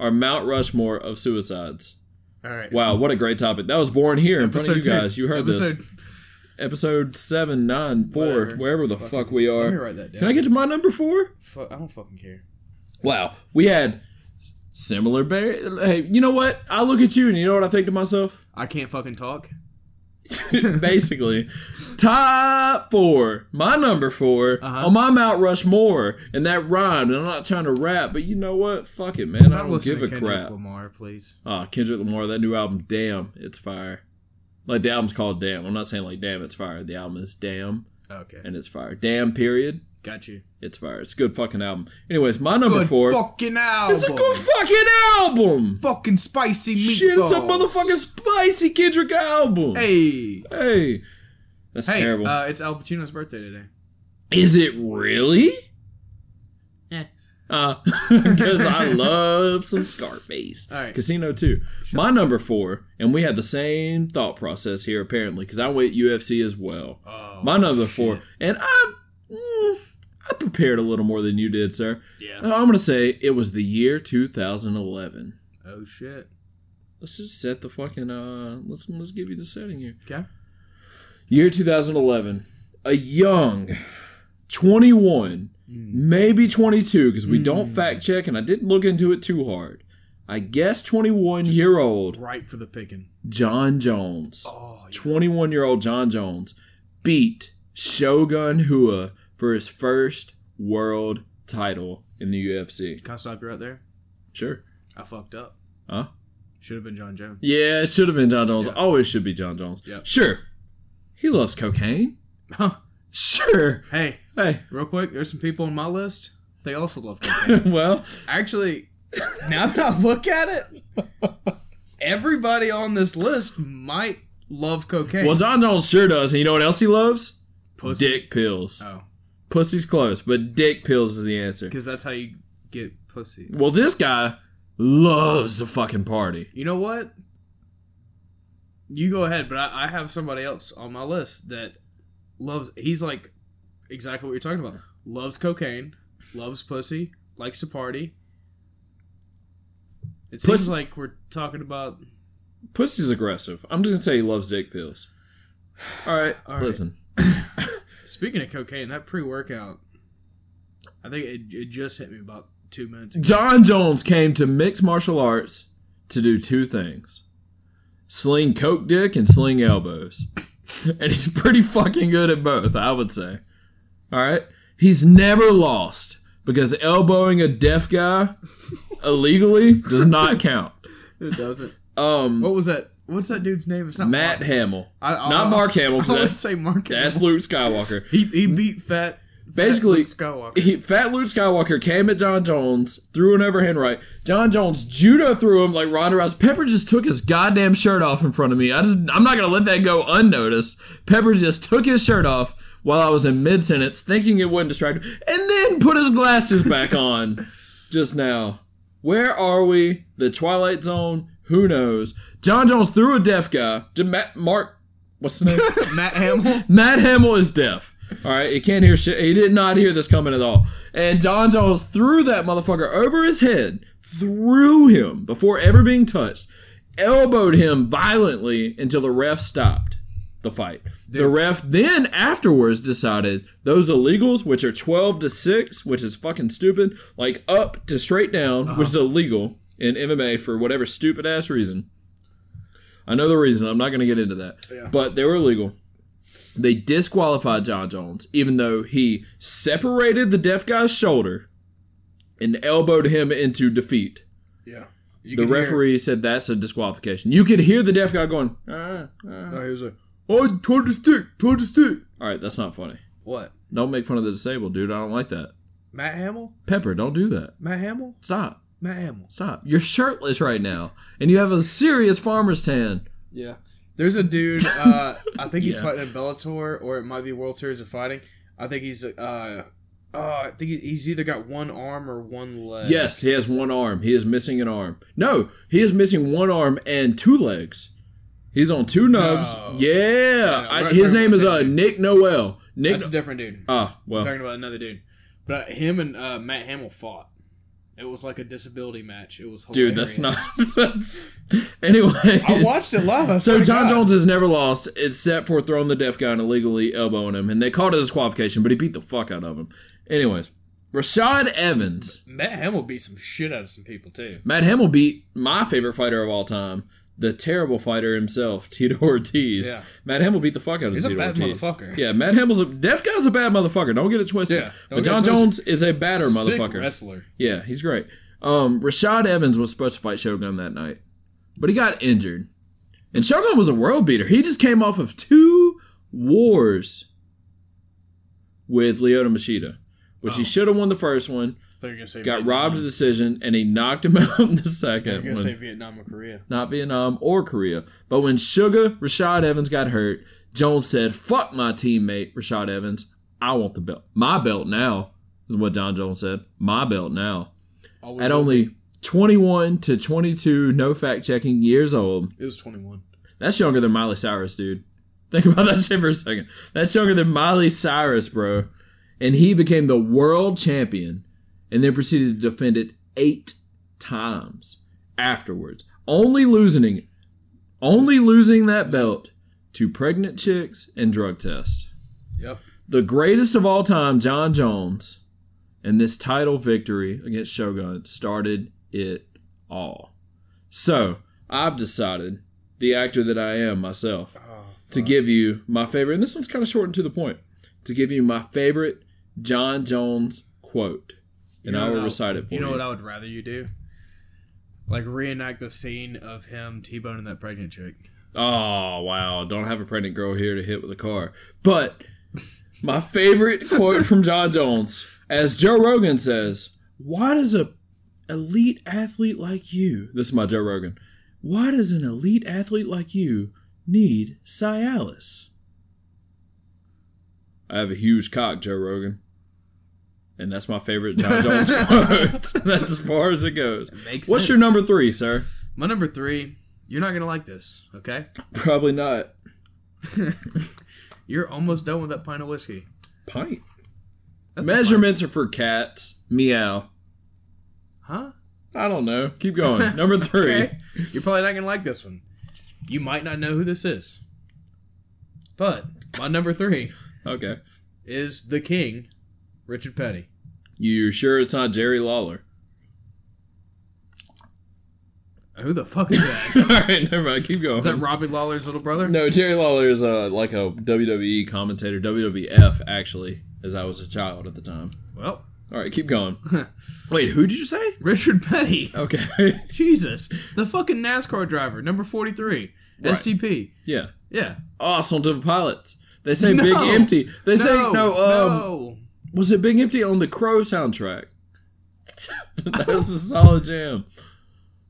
S2: our Mount Rushmore of suicides.
S3: All right.
S2: Wow, what a great topic! That was born here in front of you
S3: two.
S2: guys. You heard this
S3: Episode-
S2: episode seven, nine, four,
S3: Whatever.
S2: wherever the
S3: Fucking-
S2: fuck we
S3: Let me
S2: are.
S3: write that down.
S2: Can I get to my number four?
S3: Fu- I don't fucking care.
S2: Wow, we had similar. Bar- hey, you know what? I look at you and you know what I think to myself.
S3: I can't fucking talk.
S2: basically top four my number 4
S3: Uh-huh.
S2: on my mount rushmore and that rhymed and i'm not trying to rap but you know what fuck it man i
S3: Stop
S2: don't
S3: listening
S2: give
S3: to
S2: a
S3: Kendrick
S2: crap
S3: Lamar, please.
S2: ah kendrick lamar that new album damn it's fire like the album's called damn i'm not saying like damn it's fire the album is damn
S3: Okay.
S2: and it's fire damn period
S3: Got you.
S2: it's fire it's a good fucking album anyways my number
S3: Good
S2: four
S3: fucking album.
S2: it's a good fucking album
S3: fucking spicy meatballs.
S2: shit it's a motherfucking spicy kendrick album
S3: Hey.
S2: hey that's
S3: Hey,
S2: terrible
S3: Uh, it's Al Pacino's birthday today.
S2: Is it really?
S3: Eh.
S2: Because I love some Scarface.
S3: All right.
S2: Casino 2. My number four, and we had the same thought process here apparently, because I went UFC as well.
S3: Oh,
S2: My number four,
S3: shit.
S2: and I, mm, I prepared a little more than you did, sir. Uh,
S3: Yeah.
S2: I'm going to say it was the year 2011.
S3: Oh shit.
S2: Let's just set the fucking, uh, let's, let's give you the setting here.
S3: Okay.
S2: Year 2011. A young 21 maybe 22 because we don't
S3: Mm.
S2: fact check and i didn't look into it too hard i guess 21
S3: Just-
S2: year old
S3: Ripe for the picking.
S2: john jones
S3: Oh, yeah.
S2: 21 year old john jones beat shogun hua for his first world title in the ufc
S3: Can I stop you right there?
S2: sure
S3: I fucked up.
S2: Huh?
S3: Should have been John Jones.
S2: yeah it should have been john jones
S3: Yeah.
S2: always should be john jones
S3: Yeah.
S2: sure He loves cocaine.
S3: Huh.
S2: Sure.
S3: Hey,
S2: Hey.
S3: real quick, there's some people on my list. They also love cocaine.
S2: well,
S3: Actually, now that I look at it, everybody on this list might love cocaine.
S2: well, John Jones sure does. And you know what else he loves?
S3: Pussy.
S2: Dick pills.
S3: Oh,
S2: Pussy's close, but dick pills is the answer.
S3: because that's how you get pussy.
S2: Well, this guy loves the fucking party.
S3: You know what? You go ahead, but I, I have somebody else on my list that loves. He's like exactly what you're talking about. Loves cocaine, loves pussy, likes to party. It seems
S2: Pussy-
S3: like we're talking about.
S2: Pussy's aggressive. I'm just gonna say he loves dick pills. All right,
S3: All right.
S2: listen.
S3: Speaking of cocaine, that pre-workout. I think it, it just hit me about two minutes. ago.
S2: John Jones came to mixed martial arts to do two things: sling coke dick and sling elbows, and he's pretty fucking good at both, I would say. All right, he's never lost because elbowing a deaf guy illegally does not count.
S3: It doesn't.
S2: Um,
S3: What was that? What's that dude's name? It's not
S2: Matt
S3: Mark.
S2: Hamill,
S3: Oh, I- I-
S2: not Mark Hamill,
S3: I always
S2: because that's,
S3: say Mark.
S2: that's
S3: Hamill.
S2: Luke Skywalker.
S3: he he beat fat.
S2: Basically-
S3: fat Luke Skywalker.
S2: he, fat Luke Skywalker came at John Jones, threw an overhand right. John Jones judo threw him like Ronda Rousey. Pepper just took his goddamn shirt off in front of me. I just I'm not gonna let that go unnoticed. Pepper just took his shirt off while I was in mid sentence, thinking it wouldn't distract him, and then put his glasses back on just now. Where are we? The Twilight Zone? Who knows? John Jones threw a deaf guy. Did Matt, Mark, what's the name?
S3: Matt Hamill.
S2: Matt Hamill is deaf. All right, he can't hear shit. He did not hear this coming at all. And John Jones threw that motherfucker over his head, threw him before ever being touched, elbowed him violently until the ref stopped the fight. The
S3: Dude.
S2: ref then afterwards decided those illegals, which are 12 to 6, which is fucking stupid, like up to straight down,
S3: Uh-huh.
S2: which is illegal in MMA for whatever stupid ass reason. I know the reason. I'm not going to get into that.
S3: Yeah.
S2: But they were illegal. They disqualified John Jones, even though he separated the deaf guy's shoulder and elbowed him into defeat.
S3: Yeah. You
S2: the
S3: could hear-
S2: referee said that's a disqualification. You could hear the deaf guy going, "Ah, ah."
S3: No, he was like, "Oh, toward the stick, toward the stick."
S2: All right, that's not funny.
S3: What?
S2: Don't make fun of the disabled, dude. I don't like that.
S3: Matt Hamill?
S2: Pepper, don't do that.
S3: Matt Hamill?
S2: Stop.
S3: Matt Hamill.
S2: Stop. You're shirtless right now, and you have a serious farmer's tan.
S3: Yeah. There's a dude. Uh, I think he's
S2: Yeah.
S3: fighting in Bellator, or it might be World Series of Fighting. I think he's. Uh, uh, I think he- he's either got one arm or one leg.
S2: Yes, he has one arm. He is missing an arm. No, he is missing one arm and two legs. He's on two nubs.
S3: No.
S2: Yeah,
S3: no,
S2: I-
S3: we're not
S2: his
S3: talking
S2: name
S3: about
S2: is
S3: the
S2: uh,
S3: same
S2: Nick Noel. Nick.
S3: That's a different dude.
S2: Ah,
S3: I'm
S2: well,
S3: talking about another dude. But him and uh, Matt Hamill fought. It was like a disability match. It was hilarious.
S2: dude, that's not. That's, anyway,
S3: I watched it live. I swear
S2: So
S3: to
S2: John
S3: God.
S2: Jones has never lost except for throwing the deaf guy and illegally elbowing him, and they called it a disqualification, but he beat the fuck out of him. Anyways, Rashad Evans.
S3: Matt Hamill beat some shit out of some people too.
S2: Matt Hamill beat my favorite fighter of all time, the terrible fighter himself, Tito Ortiz.
S3: Yeah.
S2: Matt Hamill beat the fuck out of
S3: He's a
S2: Tito
S3: bad
S2: Ortiz.
S3: motherfucker.
S2: Yeah, Matt Hamill's a deaf guy's a bad motherfucker. Don't get it twisted.
S3: Yeah, don't
S2: but
S3: get it
S2: John
S3: twisted.
S2: Jones is a badder
S3: Sick
S2: motherfucker.
S3: wrestler.
S2: Yeah, he's great. Um, Rashad Evans was supposed to fight Shogun that night, but he got injured. And Shogun was a world beater. He just came off of two wars with Lyoto Machida, which he
S3: Oh.
S2: should have won the first one.
S3: They're gonna say
S2: Got
S3: Vietnam.
S2: robbed of the decision, and he knocked him out in the
S3: They're
S2: second
S3: gonna
S2: one
S3: say Vietnam or Korea.
S2: not Vietnam or Korea. But when Sugar Rashad Evans got hurt, Jones said, "Fuck my teammate Rashad Evans. I want the belt. My belt now." Is what John Jones said. My belt now.
S3: Always
S2: At
S3: will be.
S2: only 21 to 22, no fact checking years old.
S3: it was twenty one.
S2: That's younger than Miley Cyrus, dude. Think about that shit for a second. That's younger than Miley Cyrus, bro. And he became the world champion and then proceeded to defend it eight times afterwards. Only losing only losing that belt to pregnant chicks and drug tests.
S3: Yep.
S2: The greatest of all time, John Jones, and this title victory against Shogun started it all. So I've decided, the actor that I am myself,
S3: Ah.
S2: to give you my favorite, and this one's kind of short and to the point, to give you my favorite John Jones quote. And I will recite it for you.
S3: You know what I would rather you do? Like reenact the scene of him T-boning that pregnant chick.
S2: Oh wow! Don't have a pregnant girl here to hit with a car. But my favorite quote from John Jones, as Joe Rogan says, "Why does a elite athlete like you? This is my Joe Rogan. Why does an elite athlete like you need Cialis?" I have a huge cock, Joe Rogan, and that's my favorite John Jones quote. that's as far as it goes.
S3: It makes
S2: What's
S3: sense.
S2: your number three, sir?
S3: My number three. You're not gonna like this, okay?
S2: Probably not
S3: You're almost done with that pint of whiskey.
S2: pint.
S3: That's a
S2: Measurements are for cats. Meow.
S3: pint.
S2: I don't know. Keep going. Number
S3: huh?
S2: three.
S3: Okay. You're probably not gonna like this one. You might not know who this is, but my number three
S2: okay.
S3: is the king, Richard Petty.
S2: You sure it's not Jerry Lawler?
S3: Who the fuck is that?
S2: All right, never mind. Keep going.
S3: is that Robbie Lawler's little brother?
S2: No, Jerry Lawler is uh, like a WWE commentator, WWF actually, as I was a child at the time.
S3: Well,
S2: All right, keep going. Wait, who did you say?
S3: Richard Petty.
S2: Okay.
S3: Jesus, the fucking NASCAR driver, number forty-three,
S2: Right.
S3: STP.
S2: yeah.
S3: Yeah.
S2: Awesome to the pilots. They say Big
S3: No.
S2: Empty. They say no. Um,
S3: no.
S2: Was it Big Empty on the Crow soundtrack? that was a solid jam.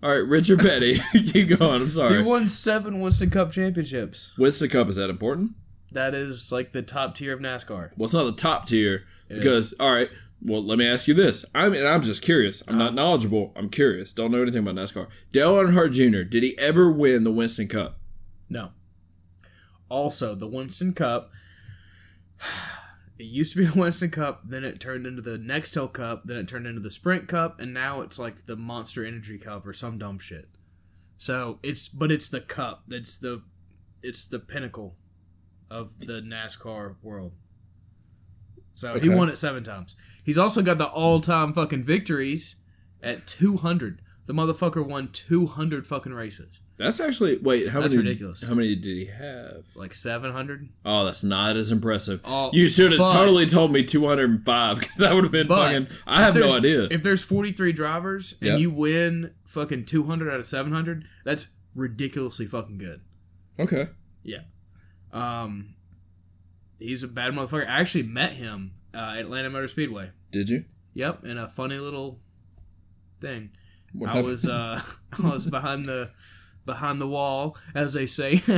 S2: All right, Richard Petty. Keep going. I'm
S3: He
S2: sorry.
S3: won seven Winston Cup championships.
S2: Winston Cup is that important?
S3: That is like the top tier of NASCAR.
S2: Well, it's not the top tier
S3: It
S2: because all right. Well, let me ask you this. I'm and I'm just curious. I'm
S3: Uh-huh.
S2: not knowledgeable. I'm curious. Don't know anything about NASCAR. Dale Earnhardt Jr. Did he ever win the Winston Cup?
S3: No. Also, the Winston Cup. It used to be the Winston Cup, then it turned into the Nextel Cup, then it turned into the Sprint Cup, and now it's like the Monster Energy Cup or some dumb shit. So it's but it's the cup. That's the it's the pinnacle of the NASCAR world. So
S2: Okay.
S3: he won it seven times. He's also got the all time fucking victories at two hundred. The motherfucker won two hundred fucking races.
S2: That's actually wait. How
S3: That's
S2: many?
S3: ridiculous.
S2: How many did he have?
S3: Like seven hundred?
S2: Oh, that's not as impressive.
S3: Oh,
S2: you should have
S3: but-
S2: totally told me 205 because that would have been
S3: But
S2: fucking. I have no
S3: there's-
S2: idea.
S3: If there's 43 drivers and
S2: Yeah.
S3: you win fucking 200 out of 700, that's ridiculously fucking good.
S2: okay.
S3: Um, he's a bad motherfucker. I actually met him uh, at Atlanta Motor Speedway.
S2: Did you?
S3: Yep, in a funny little thing.
S2: What
S3: I
S2: happened?
S3: was uh, I was behind the behind the wall, as they say,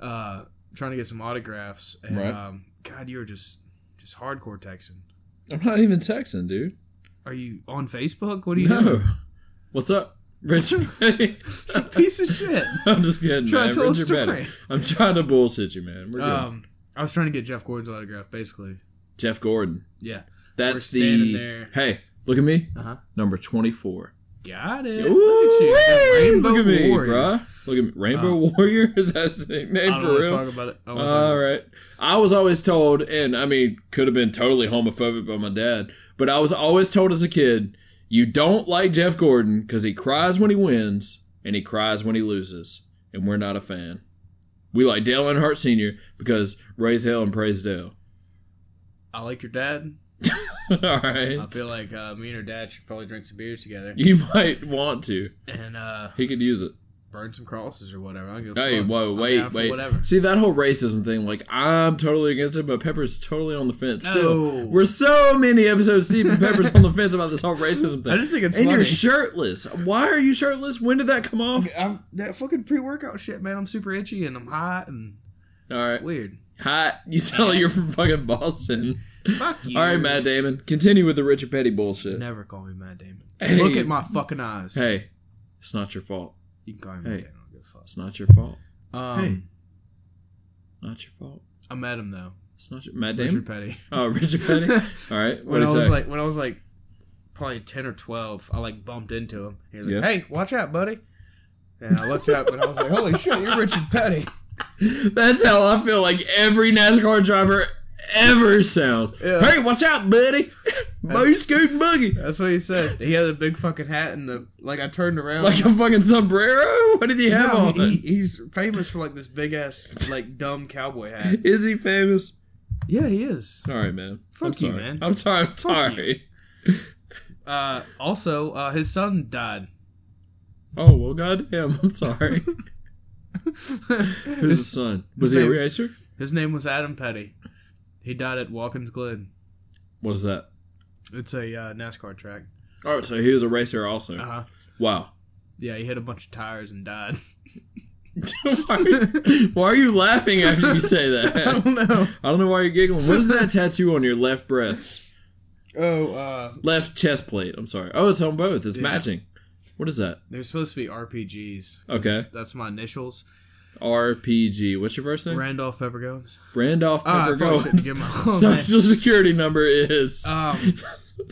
S3: uh, trying to get some autographs. And
S2: Right.
S3: um, God, you were just just hardcore texting.
S2: I'm not even texting, dude.
S3: Are you on Facebook? What do you
S2: No.
S3: know?
S2: What's up, Richard?
S3: Piece of shit.
S2: I'm just kidding,
S3: Trying
S2: man.
S3: to tell a
S2: Richard Petty.
S3: story.
S2: I'm trying to bullshit you, man. We're good.
S3: Um, I was trying to get Jeff Gordon's autograph, basically.
S2: Jeff Gordon.
S3: Yeah. We're
S2: That's
S3: standing
S2: the.
S3: there.
S2: Hey, look at me.
S3: Uh huh.
S2: Number 24.
S3: Got
S2: Ooh,
S3: it. Look at you. the
S2: wee!
S3: Rainbow
S2: look at me,
S3: Warrior. Uh.
S2: bruh. Look at me. Rainbow Warrior? Is that his
S3: I
S2: nickname
S3: don't
S2: for
S3: want to
S2: real?
S3: talk about it. I don't wanna talk
S2: All
S3: about it.
S2: right. I was always told, and I mean, could have been totally homophobic by my dad, but I was always told as a kid, you don't like Jeff Gordon because he cries when he wins and he cries when he loses, and we're not a fan. We like Dale Earnhardt Sr. because raise hell and praise Dale.
S3: I like your dad.
S2: All right.
S3: I feel like uh, me and her dad should probably drink some beers together
S2: you might want to.
S3: and uh,
S2: He could use it.
S3: burn some crosses or whatever. I don't give a
S2: Hey,
S3: fuck.
S2: whoa,
S3: I'm
S2: wait,
S3: down for
S2: wait.
S3: Whatever.
S2: See that whole racism thing? Like, I'm totally against it, but Pepper's totally on the fence still.
S3: No.
S2: We're so many episodes deep, and Pepper's on the fence about this whole racism thing.
S3: I just think it's
S2: and
S3: funny.
S2: you're shirtless. Why are you shirtless? When did that come off?
S3: I'm, that fucking pre-workout shit, man. I'm super itchy and I'm hot and
S2: All right,
S3: it's weird.
S2: hot. You sound like you're from fucking Boston.
S3: Fuck you.
S2: All right, Matt Damon, continue with the Richard Petty bullshit.
S3: Never call me Matt Damon.
S2: Hey.
S3: Look at my fucking eyes.
S2: Hey, it's not your fault.
S3: You can call me Matt
S2: Hey.
S3: Damon. I don't give a fuck.
S2: It's not your fault.
S3: Um,
S2: Hey. Not your fault.
S3: I met him though.
S2: It's not your Matt Damon.
S3: Richard Petty.
S2: Oh, Richard Petty. All right, what
S3: when I
S2: do you
S3: was
S2: say?
S3: like when I was like probably ten or twelve, I like bumped into him. He was
S2: Yeah.
S3: like, "Hey, watch out, buddy!" And I looked up and I was like, "Holy shit, you're Richard Petty!"
S2: That's how I feel like every NASCAR driver ever sounds.
S3: Yeah.
S2: Hey, watch out, buddy. Booty scoot and boogie.
S3: That's what he said. He had a big fucking hat and the like. I turned around.
S2: Like a fucking sombrero? What did he have
S3: No,
S2: on?
S3: he, he's famous for like this big ass like dumb cowboy hat.
S2: Is he famous?
S3: Yeah, he is.
S2: All right, man. I'm
S3: Fuck you,
S2: sorry.
S3: man.
S2: I'm sorry. I'm sorry.
S3: Uh, also, uh, his son died.
S2: Oh well, goddamn. I'm sorry. Who's his
S3: his,
S2: son? Was
S3: his
S2: he a
S3: name-
S2: racer?
S3: his name was Adam Petty. He died at Watkins Glen.
S2: What's that?
S3: It's a uh, NASCAR track.
S2: Oh, so he was a racer also.
S3: Uh huh.
S2: wow.
S3: Yeah, he hit a bunch of tires and died.
S2: why, are you, why are you laughing after you say that?
S3: I don't know.
S2: I don't know why you're giggling. What is that tattoo on your left breast?
S3: Oh, uh,
S2: Left chest plate. I'm sorry. Oh, it's on both. It's
S3: Yeah.
S2: matching. What is that?
S3: they're supposed to be RPGs.
S2: Okay.
S3: That's my initials.
S2: RPG. What's your first name?
S3: Randolph Pepper Goins.
S2: Randolph
S3: Ah,
S2: Pepper
S3: I probably shouldn't
S2: Goins.
S3: give my whole name.
S2: Social security number is.
S3: Um,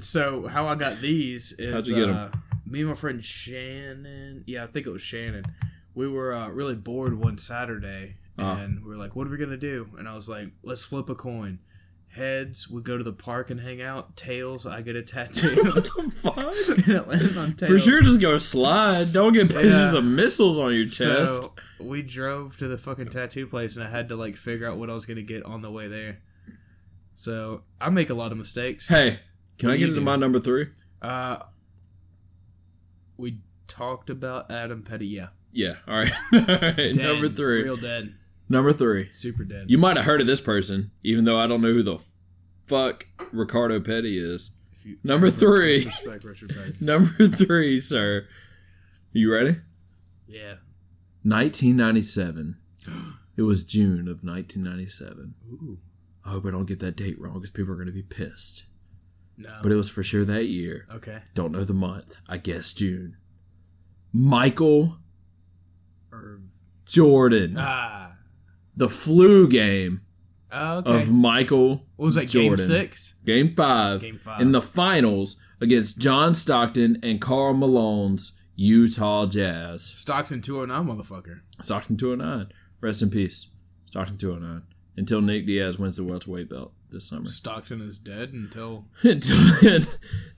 S3: so how I got these is
S2: How'd you get 'em?
S3: uh, me and my friend Shannon. Yeah, I think it was Shannon. We were uh, really bored one Saturday,
S2: Ah.
S3: and we were like, "What are we gonna do?" And I was like, "Let's flip a coin. Heads, we go to the park and hang out. Tails, I get a tattoo."
S2: what the fuck?
S3: And it landed on tails.
S2: For sure, just go slide. Don't get pictures
S3: Yeah.
S2: of missiles on your chest.
S3: So we drove to the fucking tattoo place, and I had to like figure out what I was gonna get on the way there. So I make a lot of mistakes.
S2: hey, can
S3: What
S2: I
S3: do
S2: get
S3: you
S2: into
S3: do?
S2: my number three?
S3: Uh, we talked about Adam Petty. Yeah,
S2: Yeah. All right. All right.
S3: Dead.
S2: Number three.
S3: real dead,
S2: Number three.
S3: super dead.
S2: You might have heard of this person, even though I don't know who the fuck Ricardo Petty is.
S3: If you-
S2: Number three.
S3: Respect Richard Petty.
S2: Number three, sir. You ready?
S3: Yeah.
S2: 1997. It was June of 1997.
S3: Ooh.
S2: I hope I don't get that date wrong because people are going to be pissed.
S3: No.
S2: But it was for sure that year.
S3: okay.
S2: Don't know the month. I guess June. Michael
S3: Or
S2: Jordan.
S3: ah.
S2: the flu game
S3: Oh, okay.
S2: of Michael
S3: what was that?
S2: Jordan.
S3: Game six.
S2: Game five,
S3: Game five.
S2: in the finals against John Stockton and Carl Malone's Utah Jazz.
S3: Stockton two hundred nine motherfucker.
S2: Stockton 209. Rest in peace. Stockton 209. Until Nick Diaz wins the welterweight belt this summer.
S3: Stockton is dead until
S2: Until then,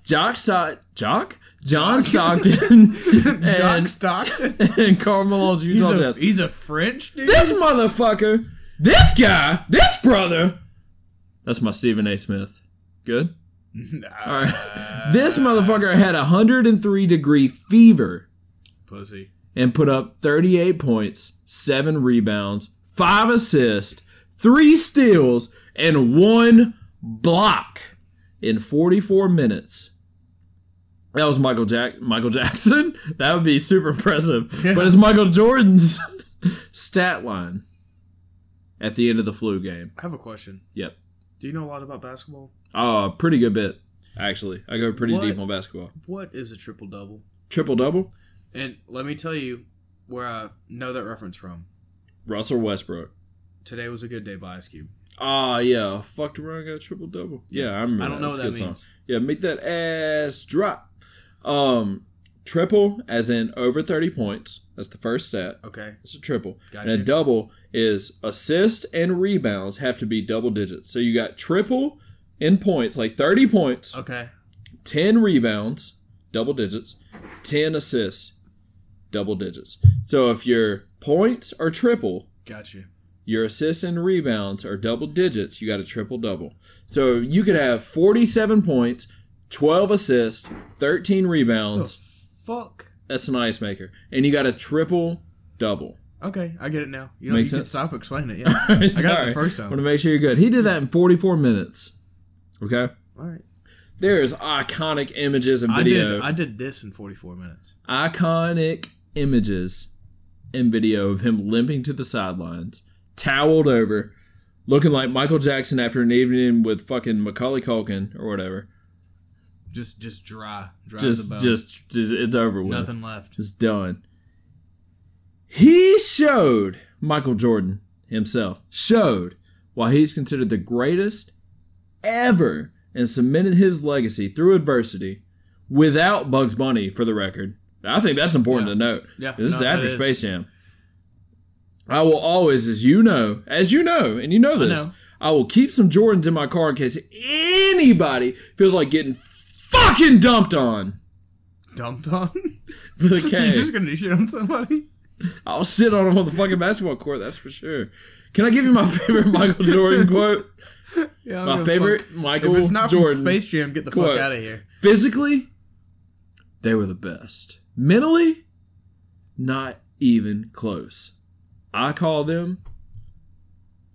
S2: Jock Stock Jock? John Stockton
S3: Jock
S2: and,
S3: Stockton.
S2: and Carl Malone's
S3: He's
S2: Utah
S3: a,
S2: Jazz.
S3: he's a French dude.
S2: This motherfucker, this guy, this brother. That's my Stephen A. Smith. Good? All right. This motherfucker had a 103 degree fever
S3: pussy.
S2: and put up 38 points, 7 rebounds, 5 assists, 3 steals, and 1 block in 44 minutes. That was Michael Jack Michael Jackson. That would be super impressive.
S3: Yeah.
S2: But it's Michael Jordan's stat line at the end of the flu game.
S3: I have a question.
S2: Yep.
S3: Do you know a lot about basketball?
S2: Oh, pretty good bit actually. I go pretty
S3: What?
S2: deep on basketball.
S3: What is a triple double?
S2: Triple double?
S3: And let me tell you where I know that reference from.
S2: Russell Westbrook.
S3: Today was a good day by Ice Cube.
S2: Ah, yeah. Fucked around, got a triple double. Yeah, I remember.
S3: I don't know what
S2: That's a
S3: that
S2: good song.
S3: means.
S2: Yeah, make that ass drop. Um, triple as in over thirty points. That's the first stat.
S3: Okay,
S2: That's a triple.
S3: gotcha.
S2: And a double is assist and rebounds have to be double digits. So you got triple in points, like thirty points,
S3: okay,
S2: ten rebounds, double digits, ten assists, double digits. So if your points are triple,
S3: gotcha.
S2: your assists and rebounds are double digits, you got a triple double. So you could have 47 points, 12 assists, 13
S3: Oh.
S2: rebounds.
S3: fuck.
S2: That's an ice maker. And you got a triple double.
S3: Okay, I get it now. You know,
S2: Makes
S3: you can
S2: sense.
S3: stop explaining it. Yeah,
S2: I got
S3: I got it
S2: Sorry.
S3: the first
S2: I want to
S3: time.
S2: make sure you're good. He did that in 44 minutes. Okay?
S3: All right,
S2: There's iconic images and
S3: I did.
S2: video.
S3: I did this in 44 minutes.
S2: iconic images and video of him limping to the sidelines, toweled over, looking like Michael Jackson after an evening with fucking Macaulay Culkin or whatever.
S3: Just, just dry, dry as a
S2: Just,
S3: bone.
S2: just, just, it's over with.
S3: nothing left.
S2: Just done. He showed Michael Jordan himself showed why he's considered the greatest ever and cemented his legacy through adversity without Bugs Bunny for the record. I think that's important
S3: Yeah.
S2: to note.
S3: Yeah,
S2: This
S3: no,
S2: is after
S3: it
S2: Space Jam. I will always, as you know, as you know, and you know
S3: I
S2: this,
S3: know.
S2: I will keep some Jordans in my car in case anybody feels like getting fucking dumped on.
S3: Dumped on.
S2: With a
S3: You're
S2: K.
S3: just gonna shit on somebody.
S2: I'll sit on him on the fucking basketball court, that's for sure. Can I give you my favorite Michael Jordan quote?
S3: Yeah, I'm
S2: My
S3: gonna
S2: favorite
S3: fuck-
S2: Michael
S3: If it's not
S2: Jordan.
S3: from Space Jam, get the
S2: Quote.
S3: fuck out of here.
S2: Physically, they were the best. Mentally, not even close. I call them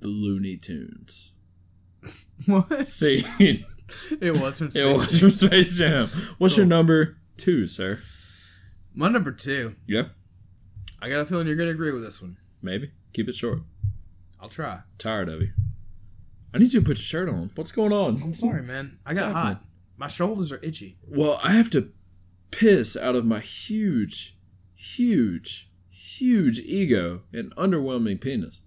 S2: the Looney Tunes.
S3: What?
S2: See, it
S3: It was from Space
S2: was
S3: Jam.
S2: from Space Jam. What's your
S3: Cool.
S2: number two, sir?
S3: My number two.
S2: Yeah,
S3: I got a feeling you're gonna agree with this one.
S2: maybe. Keep it short.
S3: I'll try.
S2: Tired of you. I need you to put your shirt on. What's going on?
S3: I'm sorry, man. I got
S2: What's
S3: hot.
S2: happening?
S3: My shoulders are itchy.
S2: Well, I have to piss out of my huge, huge, huge ego and underwhelming penis.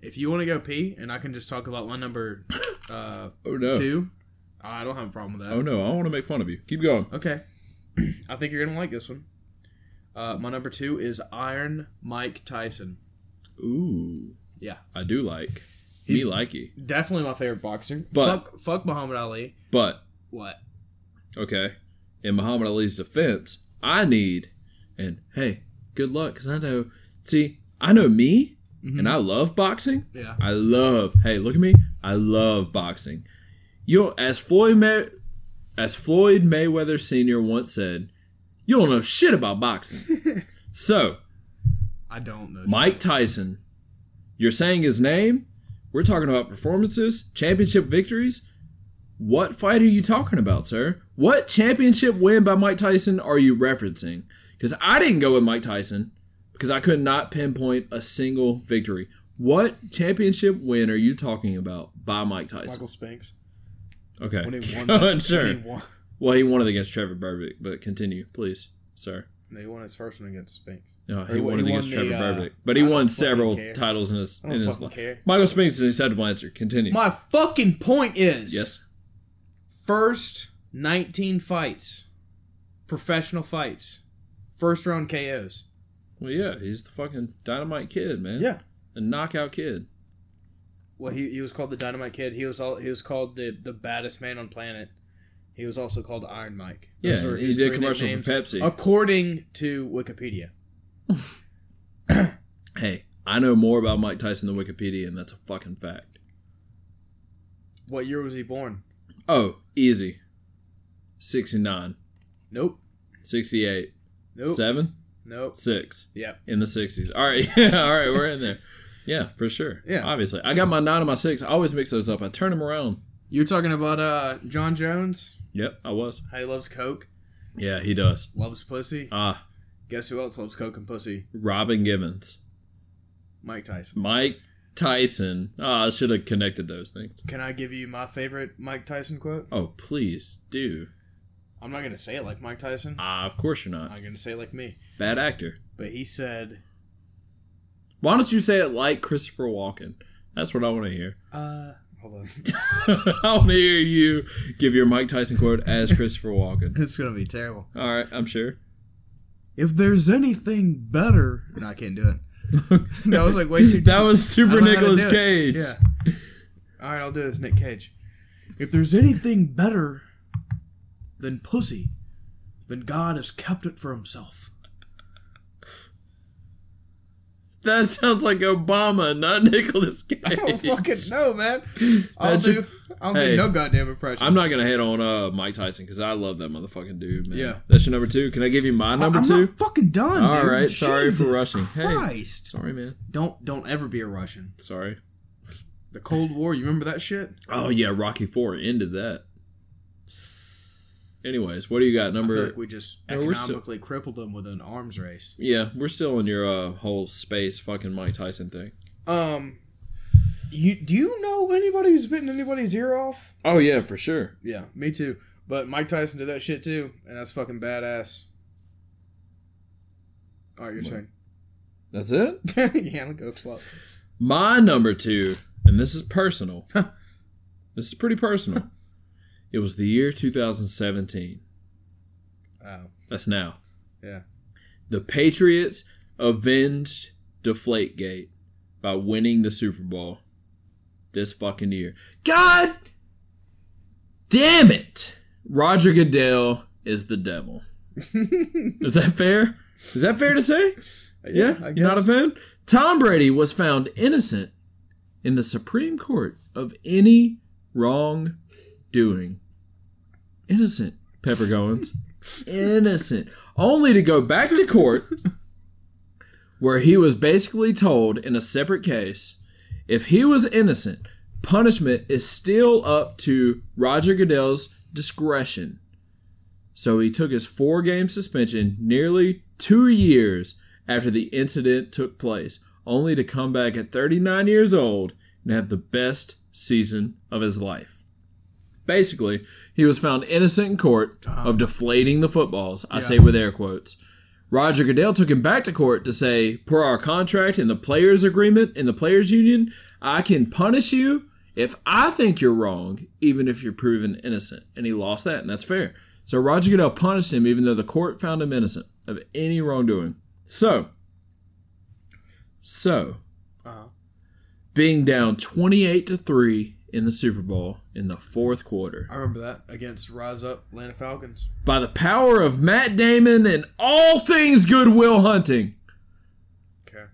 S3: If you want to go pee, and I can just talk about my number uh,
S2: Oh no.
S3: two, I don't have a problem with that.
S2: Oh no, I want to make fun of you. Keep going.
S3: Okay. I think you're gonna like this one. Uh, my number two is Iron Mike Tyson.
S2: Ooh.
S3: Yeah.
S2: I do like.
S3: He's-
S2: me likey.
S3: Definitely my favorite boxer.
S2: But-
S3: fuck, fuck Muhammad Ali.
S2: But,
S3: What?
S2: okay, in Muhammad Ali's defense, I need, and hey, good luck, because I know, see, I know me,
S3: Mm-hmm.
S2: and I love boxing.
S3: Yeah.
S2: I love, hey, look at me. I love boxing. You don't- as Floyd May, as Floyd Mayweather Sr. once said, you don't know shit about boxing. so,
S3: I don't know.
S2: Mike Tyson. You're saying his name? We're talking about performances, championship victories. What fight are you talking about, sir? What championship win by Mike Tyson are you referencing? Because I didn't go with Mike Tyson because I could not pinpoint a single victory. What championship win are you talking about by Mike Tyson?
S3: Michael Spinks.
S2: Okay.
S3: When he won.
S2: sure.
S3: When he won,
S2: well, he won it against Trevor Burbick, but continue, please, sir.
S3: no, he won his first one against Spinks.
S2: No,
S3: Or
S2: Oh, he
S3: he
S2: won it
S3: won
S2: against
S3: the,
S2: Trevor
S3: uh,
S2: Burbick, but he
S3: I don't
S2: won
S3: fucking
S2: several
S3: care.
S2: titles in his
S3: I
S2: in
S3: don't
S2: his
S3: fucking
S2: life.
S3: care.
S2: Michael Spinks is an acceptable answer. Continue.
S3: My fucking point is
S2: yes.
S3: first 19 fights, professional fights, first round KOs.
S2: Well, yeah, he's the fucking dynamite kid, man. a knockout kid.
S3: Well, he, he was called the Dynamite Kid. He was all he was called the the baddest man on planet. He was also called Iron Mike.
S2: Yeah,
S3: Those were
S2: he
S3: his
S2: did
S3: three
S2: commercial
S3: nicknames,
S2: for Pepsi.
S3: according to Wikipedia.
S2: Hey, I know more about Mike Tyson than Wikipedia, and that's a fucking fact.
S3: What year was he born?
S2: Oh, easy. 69,
S3: Nope.
S2: 68,
S3: Nope.
S2: 7,
S3: Nope.
S2: 6.
S3: Yep.
S2: In the 60s. All right. Yeah, all right. We're in there. Yeah, for sure.
S3: Yeah.
S2: Obviously. I got my 9 and my 6. I always mix those up. I turn them around.
S3: You're talking about uh John Jones.
S2: Yep, I was.
S3: How he loves coke,
S2: Yeah, he does.
S3: loves pussy.
S2: Ah,
S3: Guess who else loves coke and pussy?
S2: Robin Gibbons.
S3: Mike Tyson.
S2: Mike Tyson. Ah, I should have connected those things.
S3: Can I give you my favorite Mike Tyson quote?
S2: Oh, please do.
S3: I'm not gonna say it like Mike Tyson.
S2: Ah, of course you're not.
S3: I'm gonna say it like me.
S2: Bad actor.
S3: But he said,
S2: Why don't you say it like Christopher Walken? That's what I want to hear.
S3: uh, hold on.
S2: I want to hear you give your Mike Tyson quote as Christopher Walken.
S3: it's gonna be terrible.
S2: All right, I'm sure.
S3: if there's anything better. No, I can't do it. That was like way too.
S2: that was
S3: I
S2: super
S3: don't know how to
S2: Nicolas
S3: do it.
S2: Cage.
S3: Yeah. All right, I'll do this. Nick Cage. If there's anything better than pussy, then God has kept it for Himself.
S2: That sounds like Obama, not Nicolas Cage.
S3: I don't Oh, fucking know, man. I'll
S2: That's
S3: do.
S2: just-
S3: I'll
S2: Hey.
S3: do no goddamn impression.
S2: I'm not gonna hit on uh, Mike Tyson because I love that motherfucking dude, man.
S3: Yeah.
S2: that's your number two. Can I give you my number
S3: I'm
S2: two?
S3: not fucking done.
S2: All
S3: All right,
S2: right, sorry for rushing. Hey.
S3: Christ.
S2: Sorry, man.
S3: Don't don't ever be a Russian.
S2: Sorry.
S3: The Cold War. You remember that shit?
S2: Oh yeah, Rocky Four ended that. Anyways, what do you got?
S3: I feel
S2: Number
S3: like we just
S2: No, we're still-
S3: economically crippled them with an arms race.
S2: Yeah, we're still in your uh, whole space fucking Mike Tyson thing.
S3: Um, you do you know anybody who's bitten anybody's ear off?
S2: Oh yeah, for sure.
S3: Yeah, me too. But Mike Tyson did that shit too, and that's fucking badass. All right, your
S2: What?
S3: turn.
S2: That's it.
S3: yeah, I'll go fuck.
S2: My number two, and this is personal. this is pretty personal. it was the year 2017.
S3: Oh,
S2: That's now.
S3: Yeah.
S2: The Patriots avenged Deflategate by winning the Super Bowl this fucking year. God damn it. Roger Goodell is the devil. Is that fair? Is that fair to say? Yeah,
S3: I
S2: you're not a
S3: guess.
S2: fan. Tom Brady was found innocent in the Supreme Court of any wrongdoing. Innocent, Pepper Goins. innocent. Only to go back to court where he was basically told in a separate case if he was innocent, punishment is still up to Roger Goodell's discretion. So he took his four game suspension nearly two years after the incident took place, only to come back at 39 years old and have the best season of his life. Basically, he was found innocent in court of deflating the footballs, I say with air quotes. Roger Goodell took him back to court to say, per our contract and the players' agreement in the players' union, I can punish you if I think you're wrong, even if you're proven innocent. And he lost that, and that's fair. So Roger Goodell punished him, even though the court found him innocent of any wrongdoing. So, so
S3: Uh-huh.
S2: being down 28 to 3 in the Super Bowl in the fourth quarter.
S3: I remember that against Rise Up Atlanta Falcons.
S2: By the power of Matt Damon and all things Goodwill Hunting,
S3: Okay.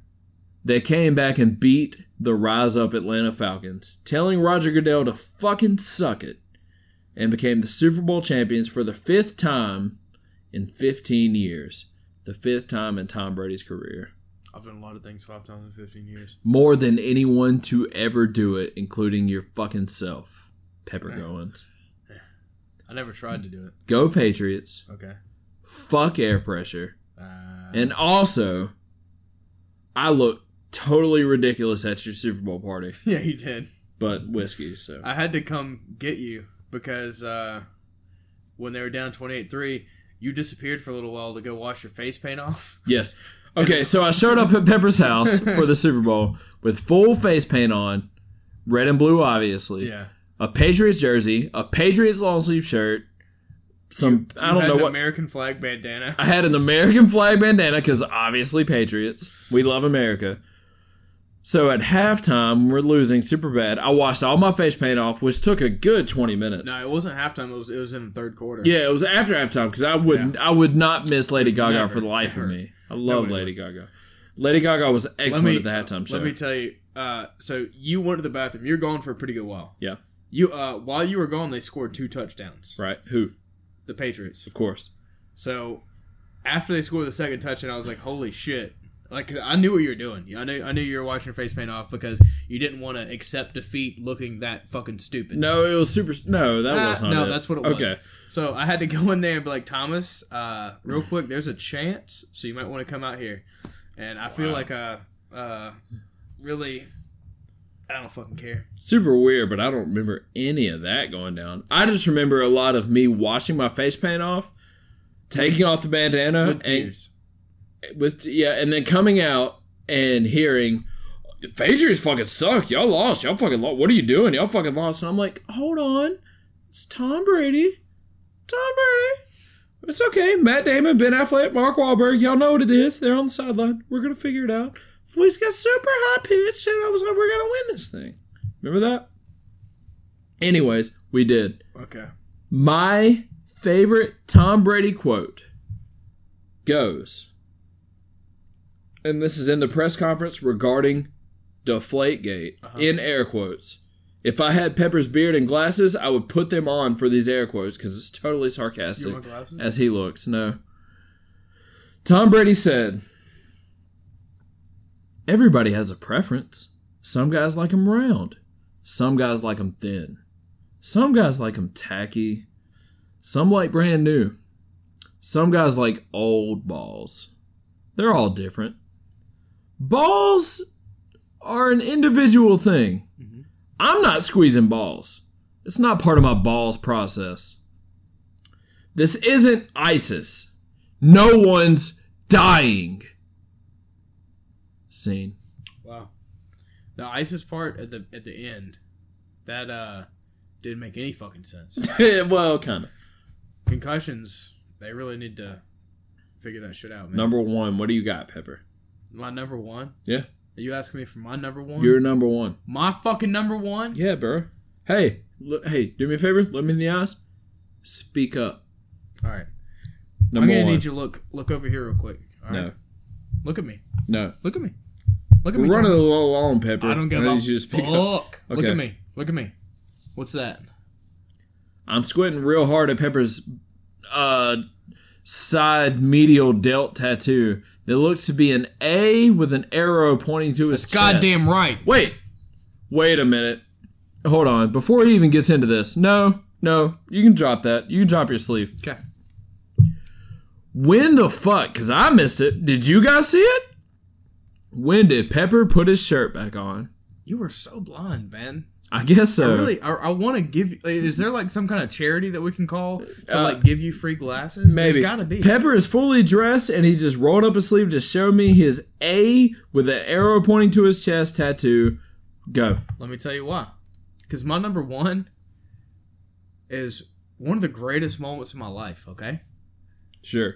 S2: they came back and beat the Rise Up Atlanta Falcons, telling Roger Goodell to fucking suck it, and became the Super Bowl champions for the fifth time in 15 years. The fifth time in Tom Brady's career.
S3: I've done a lot of things five times in 15 years.
S2: More than anyone to ever do it, including your fucking self, Pepper
S3: Right.
S2: Goins.
S3: I never tried to do it.
S2: Go Patriots.
S3: Okay.
S2: Fuck air pressure.
S3: Uh,
S2: And also, I look totally ridiculous at your Super Bowl party,
S3: yeah, you did.
S2: but whiskey, so.
S3: I had to come get you because uh, when they were down 28-3, you disappeared for a little while to go wash your face paint off.
S2: Yes. Okay, so I showed up at Pepper's house for the Super Bowl with full face paint on, red and blue, obviously. A Patriots jersey, a Patriots long sleeve shirt, some I
S3: You
S2: don't
S3: had
S2: know
S3: an
S2: what.
S3: American flag bandana.
S2: I had an American flag bandana because obviously Patriots. We love America. So at halftime, we're losing super bad. I washed all my face paint off, which took a good twenty minutes.
S3: No, it wasn't halftime. It was it was in the third quarter.
S2: Yeah, it was after halftime because I wouldn't, I would not miss Lady Gaga
S3: Never,
S2: for the life
S3: never.
S2: of me. I love
S3: Nobody
S2: Lady Gaga. Lady Gaga was excellent
S3: me-
S2: at the halftime show.
S3: Let me tell you. Uh, so you went to the bathroom. You're gone for a pretty good while.
S2: Yeah.
S3: You uh, while you were gone, they scored two touchdowns.
S2: Right? Who?
S3: The Patriots.
S2: Of course.
S3: So after they scored the second touchdown, I was like, "Holy shit!" Like 'cause I knew what you were doing. I knew I knew you were washing your face paint off because you didn't want to accept defeat looking that fucking stupid.
S2: No, it was super. No, that
S3: Ah,
S2: was not.
S3: no, that's what it was.
S2: Okay.
S3: So I had to go in there and be like, Thomas, uh, real quick, there's a chance, so you might want to come out here. And I feel
S2: Wow.
S3: like uh, uh, really, I don't fucking care.
S2: Super weird, but I don't remember any of that going down. I just remember a lot of me washing my face paint off, taking off the bandana,
S3: With tears.
S2: and with yeah, and then coming out and hearing. "The Patriots fucking suck. Y'all lost. Y'all fucking lost. What are you doing? Y'all fucking lost. And I'm like, hold on. It's Tom Brady. Tom Brady. It's okay. Matt Damon, Ben Affleck, Mark Wahlberg. Y'all know what it is. They're on the sideline. We're gonna figure it out. Voice got super high pitched, and I was like, we're gonna win this thing. Remember that? Anyways, we did.
S3: Okay.
S2: My favorite Tom Brady quote goes, and this is in the press conference regarding Deflategate,
S3: Uh-huh.
S2: in air quotes. If I had Pepper's beard and glasses, I would put them on for these air quotes because it's totally sarcastic
S3: You want glasses?
S2: as he looks. No. Tom Brady said, Everybody has a preference. Some guys like 'em round. Some guys like 'em thin. Some guys like 'em tacky. Some like brand new. Some guys like old balls. They're all different. Balls are an individual thing.
S3: Mhm.
S2: I'm not squeezing balls. It's not part of my balls process. This isn't ISIS. No one's dying. Scene.
S3: Wow. The ISIS part at the at the end, that uh, didn't make any fucking sense.
S2: well, kind of.
S3: Concussions, they really need to figure that shit out, man.
S2: Number one, what do you got, Pepper?
S3: my number one.
S2: Yeah.
S3: Are you asking me for my number one?
S2: You're number one.
S3: my fucking number one.
S2: Yeah, bro. Hey, look, hey, do me a favor. Look me in the eyes. Speak up.
S3: All right.
S2: Number
S3: I'm gonna
S2: one.
S3: need you to look look over here real quick. All right.
S2: No,
S3: Look at me.
S2: no.
S3: Look at me. Look at
S2: We're
S3: me.
S2: running a
S3: Thomas.
S2: little long, Pepper.
S3: I don't give
S2: need
S3: a
S2: you to
S3: fuck.
S2: speak up.
S3: Look
S2: Okay.
S3: at me. Look at me. What's that?
S2: I'm squinting real hard at Pepper's uh, side medial delt tattoo There looks to be an A with an arrow pointing to his chest.
S3: Goddamn right.
S2: Wait, wait a minute. Hold on. Before he even gets into this, no, no, you can drop that. You can drop your sleeve.
S3: Okay.
S2: When the fuck? Because I missed it. Did you guys see it? When did Pepper put his shirt back on?
S3: You were so blonde, man.
S2: I guess so.
S3: I really, I, I want to give. you- Is there like some kind of charity that we can call to
S2: Uh,
S3: like give you free glasses?
S2: Maybe.
S3: There's gotta be.
S2: Pepper is fully dressed and he just rolled up his sleeve to show me his A with an arrow pointing to his chest tattoo. Go.
S3: Let me tell you why. Because my number one is one of the greatest moments of my life. Okay.
S2: Sure.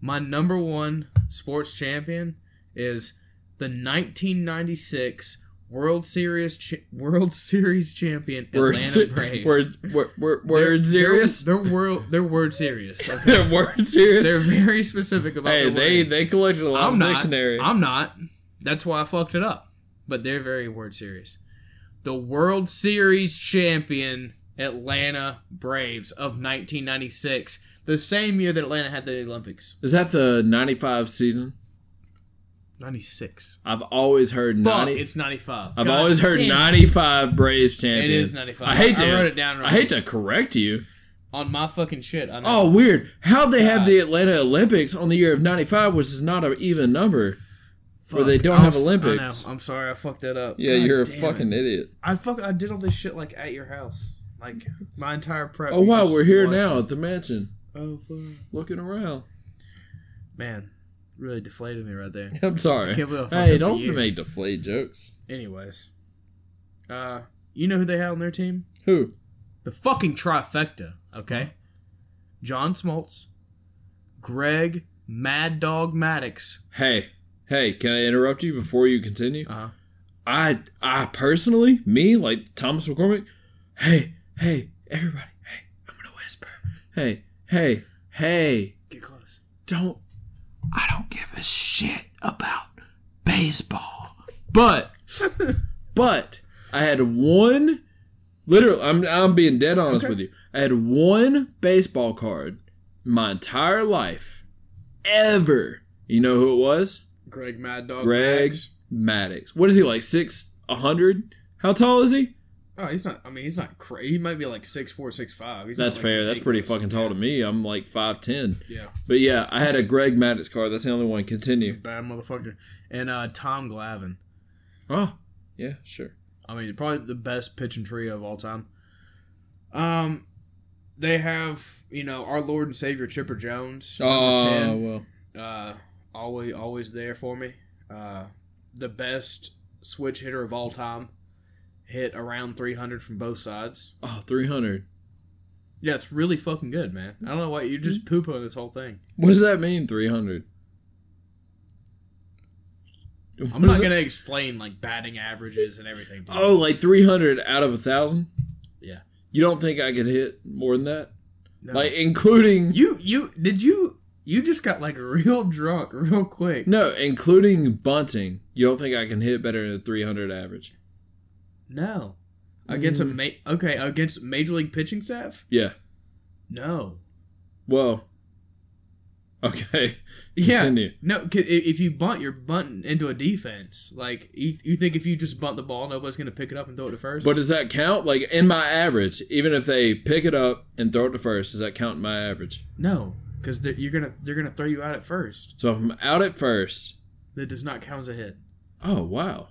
S3: My number one sports champion is the 1996 World Series cha- World Series champion
S2: We're,
S3: Atlanta Braves.
S2: we're, we're, we're, we're
S3: They're-
S2: serious.
S3: They're, they're world. They're word serious. Okay?
S2: They're word serious.
S3: They're very specific about.
S2: hey,
S3: their
S2: they,
S3: wording.
S2: they collected a lot
S3: I'm
S2: of
S3: not.
S2: dictionary.
S3: I'm not. That's why I fucked it up. But they're very word serious. The World Series champion Atlanta Braves of 1996, the same year that Atlanta had the Olympics.
S2: is that the 95 season?
S3: 96.
S2: I've always heard
S3: Fuck,
S2: 90.
S3: it's 95.
S2: I've
S3: God
S2: always heard
S3: damn.
S2: 95 Braves champion.
S3: It is 95.
S2: I hate to.
S3: I wrote it down.
S2: I hate to correct you.
S3: on my fucking shit. I know.
S2: Oh, weird. How'd they have
S3: God.
S2: the Atlanta Olympics on the year of 95, which is not an even number? where they don't
S3: I
S2: have
S3: was-
S2: Olympics.
S3: I know. I'm sorry, I fucked that up.
S2: Yeah,
S3: God
S2: you're a
S3: damn it.
S2: fucking idiot.
S3: I fuck. I did all this shit like at your house, like my entire prep.
S2: Oh,
S3: you
S2: wow,
S3: just
S2: we're here
S3: watched.
S2: now at the mansion,
S3: Oh fuck.
S2: looking around.
S3: Man, really deflated me right there.
S2: I'm sorry.
S3: Can't believe I fucked
S2: Hey,
S3: up the
S2: don't
S3: year.
S2: make deflate jokes.
S3: Anyways, uh, you know who they had on their team?
S2: Who?
S3: The fucking trifecta. Okay, John Smoltz, Greg Mad Dog Maddox.
S2: Hey, hey, can I interrupt you before you continue?
S3: Uh huh.
S2: I, I personally, me, like Thomas McCormick, hey, hey, everybody, hey, I'm going to whisper. Hey, hey, hey,
S3: Get close.
S2: don't I don't give a shit about baseball. But but I had one literally I'm I'm being dead honest
S3: Okay.
S2: with you. I had one baseball card my entire life ever. You know who it was?
S3: Greg Mad Dog.
S2: Greg
S3: Maddox.
S2: Maddox. What is he like? Six a hundred? How tall is he?
S3: Oh, he's not. I mean, he's not crazy. He might be like six four, six five. He's not,
S2: That's
S3: like,
S2: fair. That's pretty fucking
S3: ridiculous.
S2: tall to me. I'm like five ten.
S3: Yeah,
S2: But yeah, I had a Greg Maddox card. That's the only one.
S3: he's a
S2: Continue.
S3: bad motherfucker. And uh, Tom Glavine.
S2: Oh, yeah, sure.
S3: I mean, probably the best pitching trio of all time. Um, they have you know our Lord and Savior Chipper Jones, number
S2: Oh
S3: ten,
S2: well.
S3: uh, always always there for me. Uh, the best switch hitter of all time, hit around three hundred from both sides.
S2: Oh, 300.
S3: Yeah, it's really fucking good, man. I don't know why you're just
S2: Mm-hmm.
S3: pooping this whole thing.
S2: What does that mean, 300? What
S3: I'm not
S2: is it?
S3: gonna explain like batting averages and everything. dude.
S2: Oh, like 300 out of a 1,000?
S3: Yeah.
S2: You don't think I could hit more than that?
S3: No.
S2: Like, including.
S3: You you did you you just got like real drunk real quick.
S2: No, including bunting. You don't think I can hit better than a 300 average?
S3: No. Against a
S2: Mm.
S3: ma- okay, against major league pitching staff?
S2: Yeah.
S3: No.
S2: Well. Okay.
S3: Yeah.
S2: Continue.
S3: No, 'cause i- if you bunt, you're bunting into a defense. Like you, you think if you just bunt the ball, nobody's gonna pick it up and throw it to first.
S2: But does that count? Like, in my average, even if they pick it up and throw it to first, does that count in my average?
S3: no, because you're gonna they're gonna throw you out at first.
S2: So if I'm out at first,
S3: That does not count as a hit.
S2: Oh wow,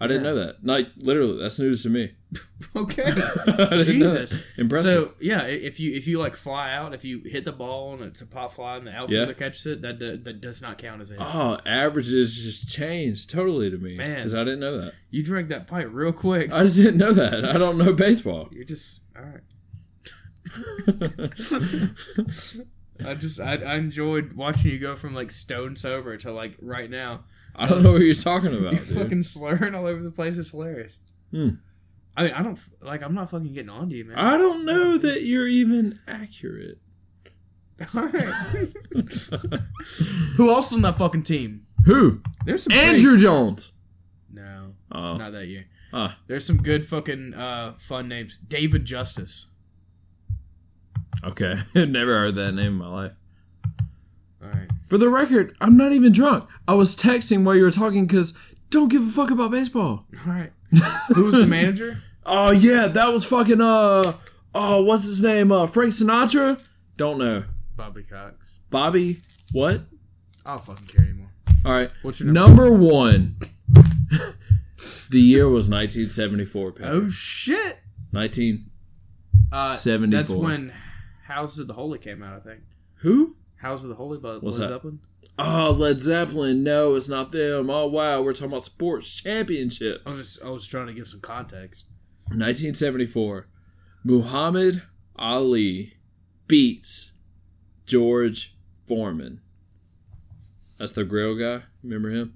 S2: I didn't
S3: Yeah.
S2: know that. Like literally, that's news to me.
S3: Okay.
S2: I didn't know that.
S3: Jesus.
S2: impressive.
S3: So yeah, i- if you if you like fly out, if you hit the ball and it's a pop fly and the outfielder catches it, that do, that does not count as a hit.
S2: oh, averages just changed totally to me
S3: Man.
S2: because I didn't know that.
S3: You drank that pipe real quick.
S2: I just didn't know that. I don't know baseball.
S3: You're just all right. I just I, I enjoyed watching you go from like stone sober to like right now.
S2: I don't know what you're talking about,
S3: you
S2: dude.
S3: fucking slurring all over the place. It's hilarious.
S2: Hmm.
S3: I mean, I don't like. I'm not fucking getting on to you, man.
S2: I don't know that you're even accurate.
S3: all right. Who else on that fucking team?
S2: Who?
S3: There's some pretty-
S2: Andrew Jones.
S3: No,
S2: Oh,
S3: not that year.
S2: Ah.
S3: There's some good fucking uh, fun names. David Justice.
S2: okay. Never heard that name in my life.
S3: All right.
S2: For the record, I'm not even drunk. I was texting while you were talking because don't give a fuck about baseball.
S3: All right. Who was the manager?
S2: Oh yeah, that was fucking uh oh what's his name? Uh Frank Sinatra? Don't know.
S3: Bobby Cox.
S2: Bobby what?
S3: I don't fucking care anymore.
S2: Alright.
S3: What's your number?
S2: Number one. the year was nineteen seventy four,
S3: Oh shit.
S2: Nineteen
S3: Uh,
S2: seventy
S3: that's
S2: four.
S3: when House of the Holy came out, I think.
S2: Who?
S3: House of the Holy by Led
S2: What's that?
S3: Zeppelin.
S2: Oh, Led Zeppelin. No, it's not them. Oh wow, we're talking about sports championships.
S3: I was just, I was trying to give some context.
S2: 1974, Muhammad Ali beats George Foreman. That's the grill guy. Remember him?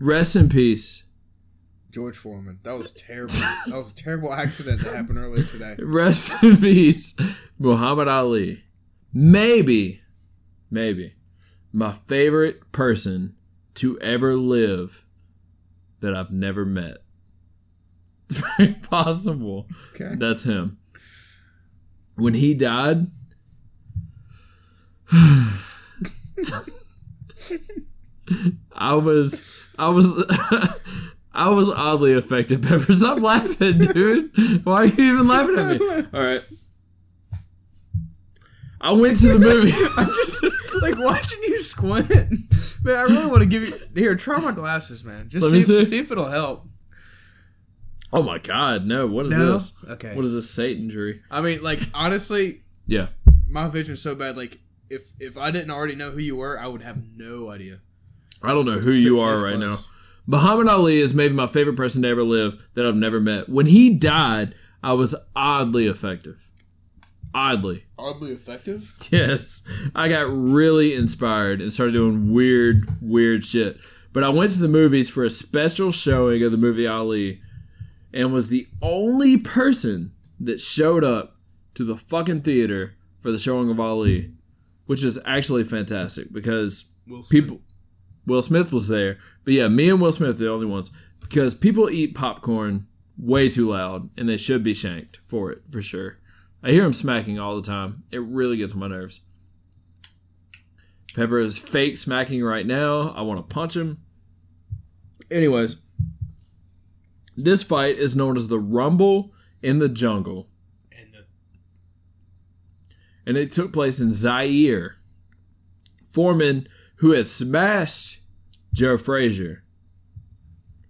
S2: Rest in peace.
S3: George Foreman. That was terrible. that was a terrible accident that happened earlier today.
S2: Rest in peace, Muhammad Ali. Maybe, maybe, my favorite person to ever live that I've never met. It's very possible.
S3: Okay.
S2: That's him. When he died, I was, I was, I was oddly affected. Pepper, stop laughing, dude. Why are you even laughing at me? All right. I went to the movie.
S3: I'm just like watching you squint. Man, I really want to give you here. Try my glasses, man. Just
S2: Let
S3: see
S2: me
S3: if,
S2: see.
S3: see if it'll help.
S2: oh my god, no! What is
S3: No?
S2: this?
S3: Okay.
S2: What is this Satan jury?
S3: I mean, like honestly,
S2: Yeah.
S3: my vision's so bad. Like if if I didn't already know who you were, I would have no idea
S2: I don't know who you are right now. Muhammad Ali is maybe my favorite person to ever live that I've never met. When he died, I was oddly effective. Oddly.
S3: now. Oddly effective.
S2: Yes. I got really inspired and started doing weird, weird shit. But I went to the movies for a special showing of the movie Ali and was the only person that showed up to the fucking theater for the showing of Ali, which is actually fantastic because
S3: Will Smith.
S2: people Will Smith was there, but yeah, me and Will Smith are the only ones because people eat popcorn way too loud and they should be shanked for it for sure. I hear him smacking all the time. It really gets on my nerves. Pepper is fake smacking right now. I want to punch him. Anyways, this fight is known as the Rumble in the Jungle,
S3: And the,
S2: and it took place in Zaire. Foreman, who had smashed Joe Frazier,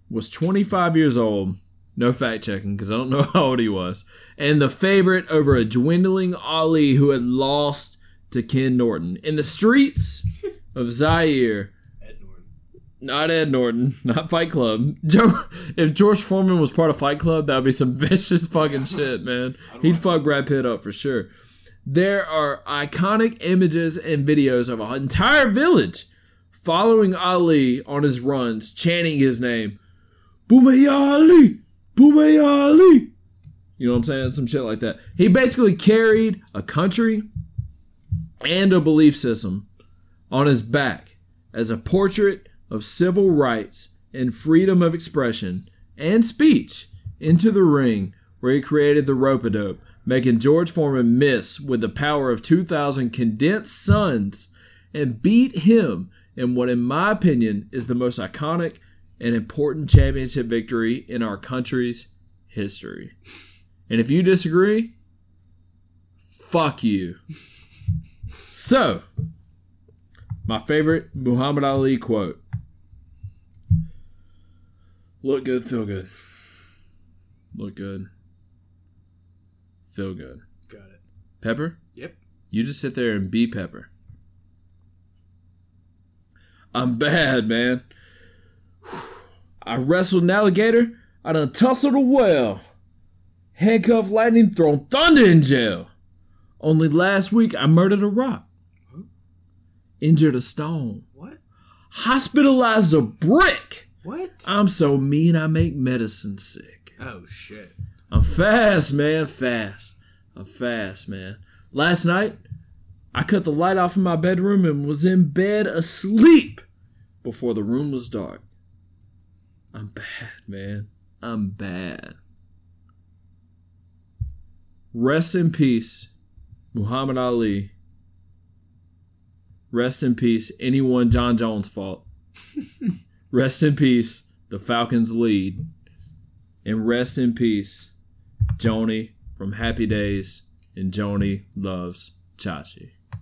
S2: was 25 years old. No fact checking because I don't know how old he was. And the favorite over a dwindling Ali who had lost to Ken Norton. In the streets of Zaire,
S3: Ed Norton.
S2: not Ed Norton, not Fight Club. Joe, if George Foreman was part of Fight Club, that would be some vicious fucking shit, man. He'd fuck Brad Pitt up for sure. There are iconic images and videos of an entire village following Ali on his runs, chanting his name, Bumaya Ali, Bumaya Ali. You know what I'm saying? Some shit like that. He basically carried a country and a belief system on his back as a portrait of civil rights and freedom of expression and speech into the ring where he created the rope a dope, making George Foreman miss with the power of 2,000 condensed suns and beat him in what, in my opinion, is the most iconic and important championship victory in our country's history. And if you disagree, fuck you. So, my favorite Muhammad Ali quote Look good, feel good. Look good, feel good.
S3: Got it.
S2: Pepper?
S3: Yep.
S2: You just sit there and be Pepper. I'm bad, man. I wrestled an alligator. I done tussled a whale. Handcuffed lightning, thrown thunder in jail. Only last week I murdered a rock. Injured a stone.
S3: What?
S2: Hospitalized a brick.
S3: What?
S2: I'm so mean I make medicine sick.
S3: Oh shit.
S2: I'm fast, man. Fast. I'm fast, man. Last night, I cut the light off in my bedroom and was in bed asleep before the room was dark. I'm bad, man. I'm bad. Rest in peace, Muhammad Ali. Rest in peace, anyone John Jones' fault. rest in peace, the Falcons lead. And rest in peace, Joni from Happy Days and Joni Loves Chachi.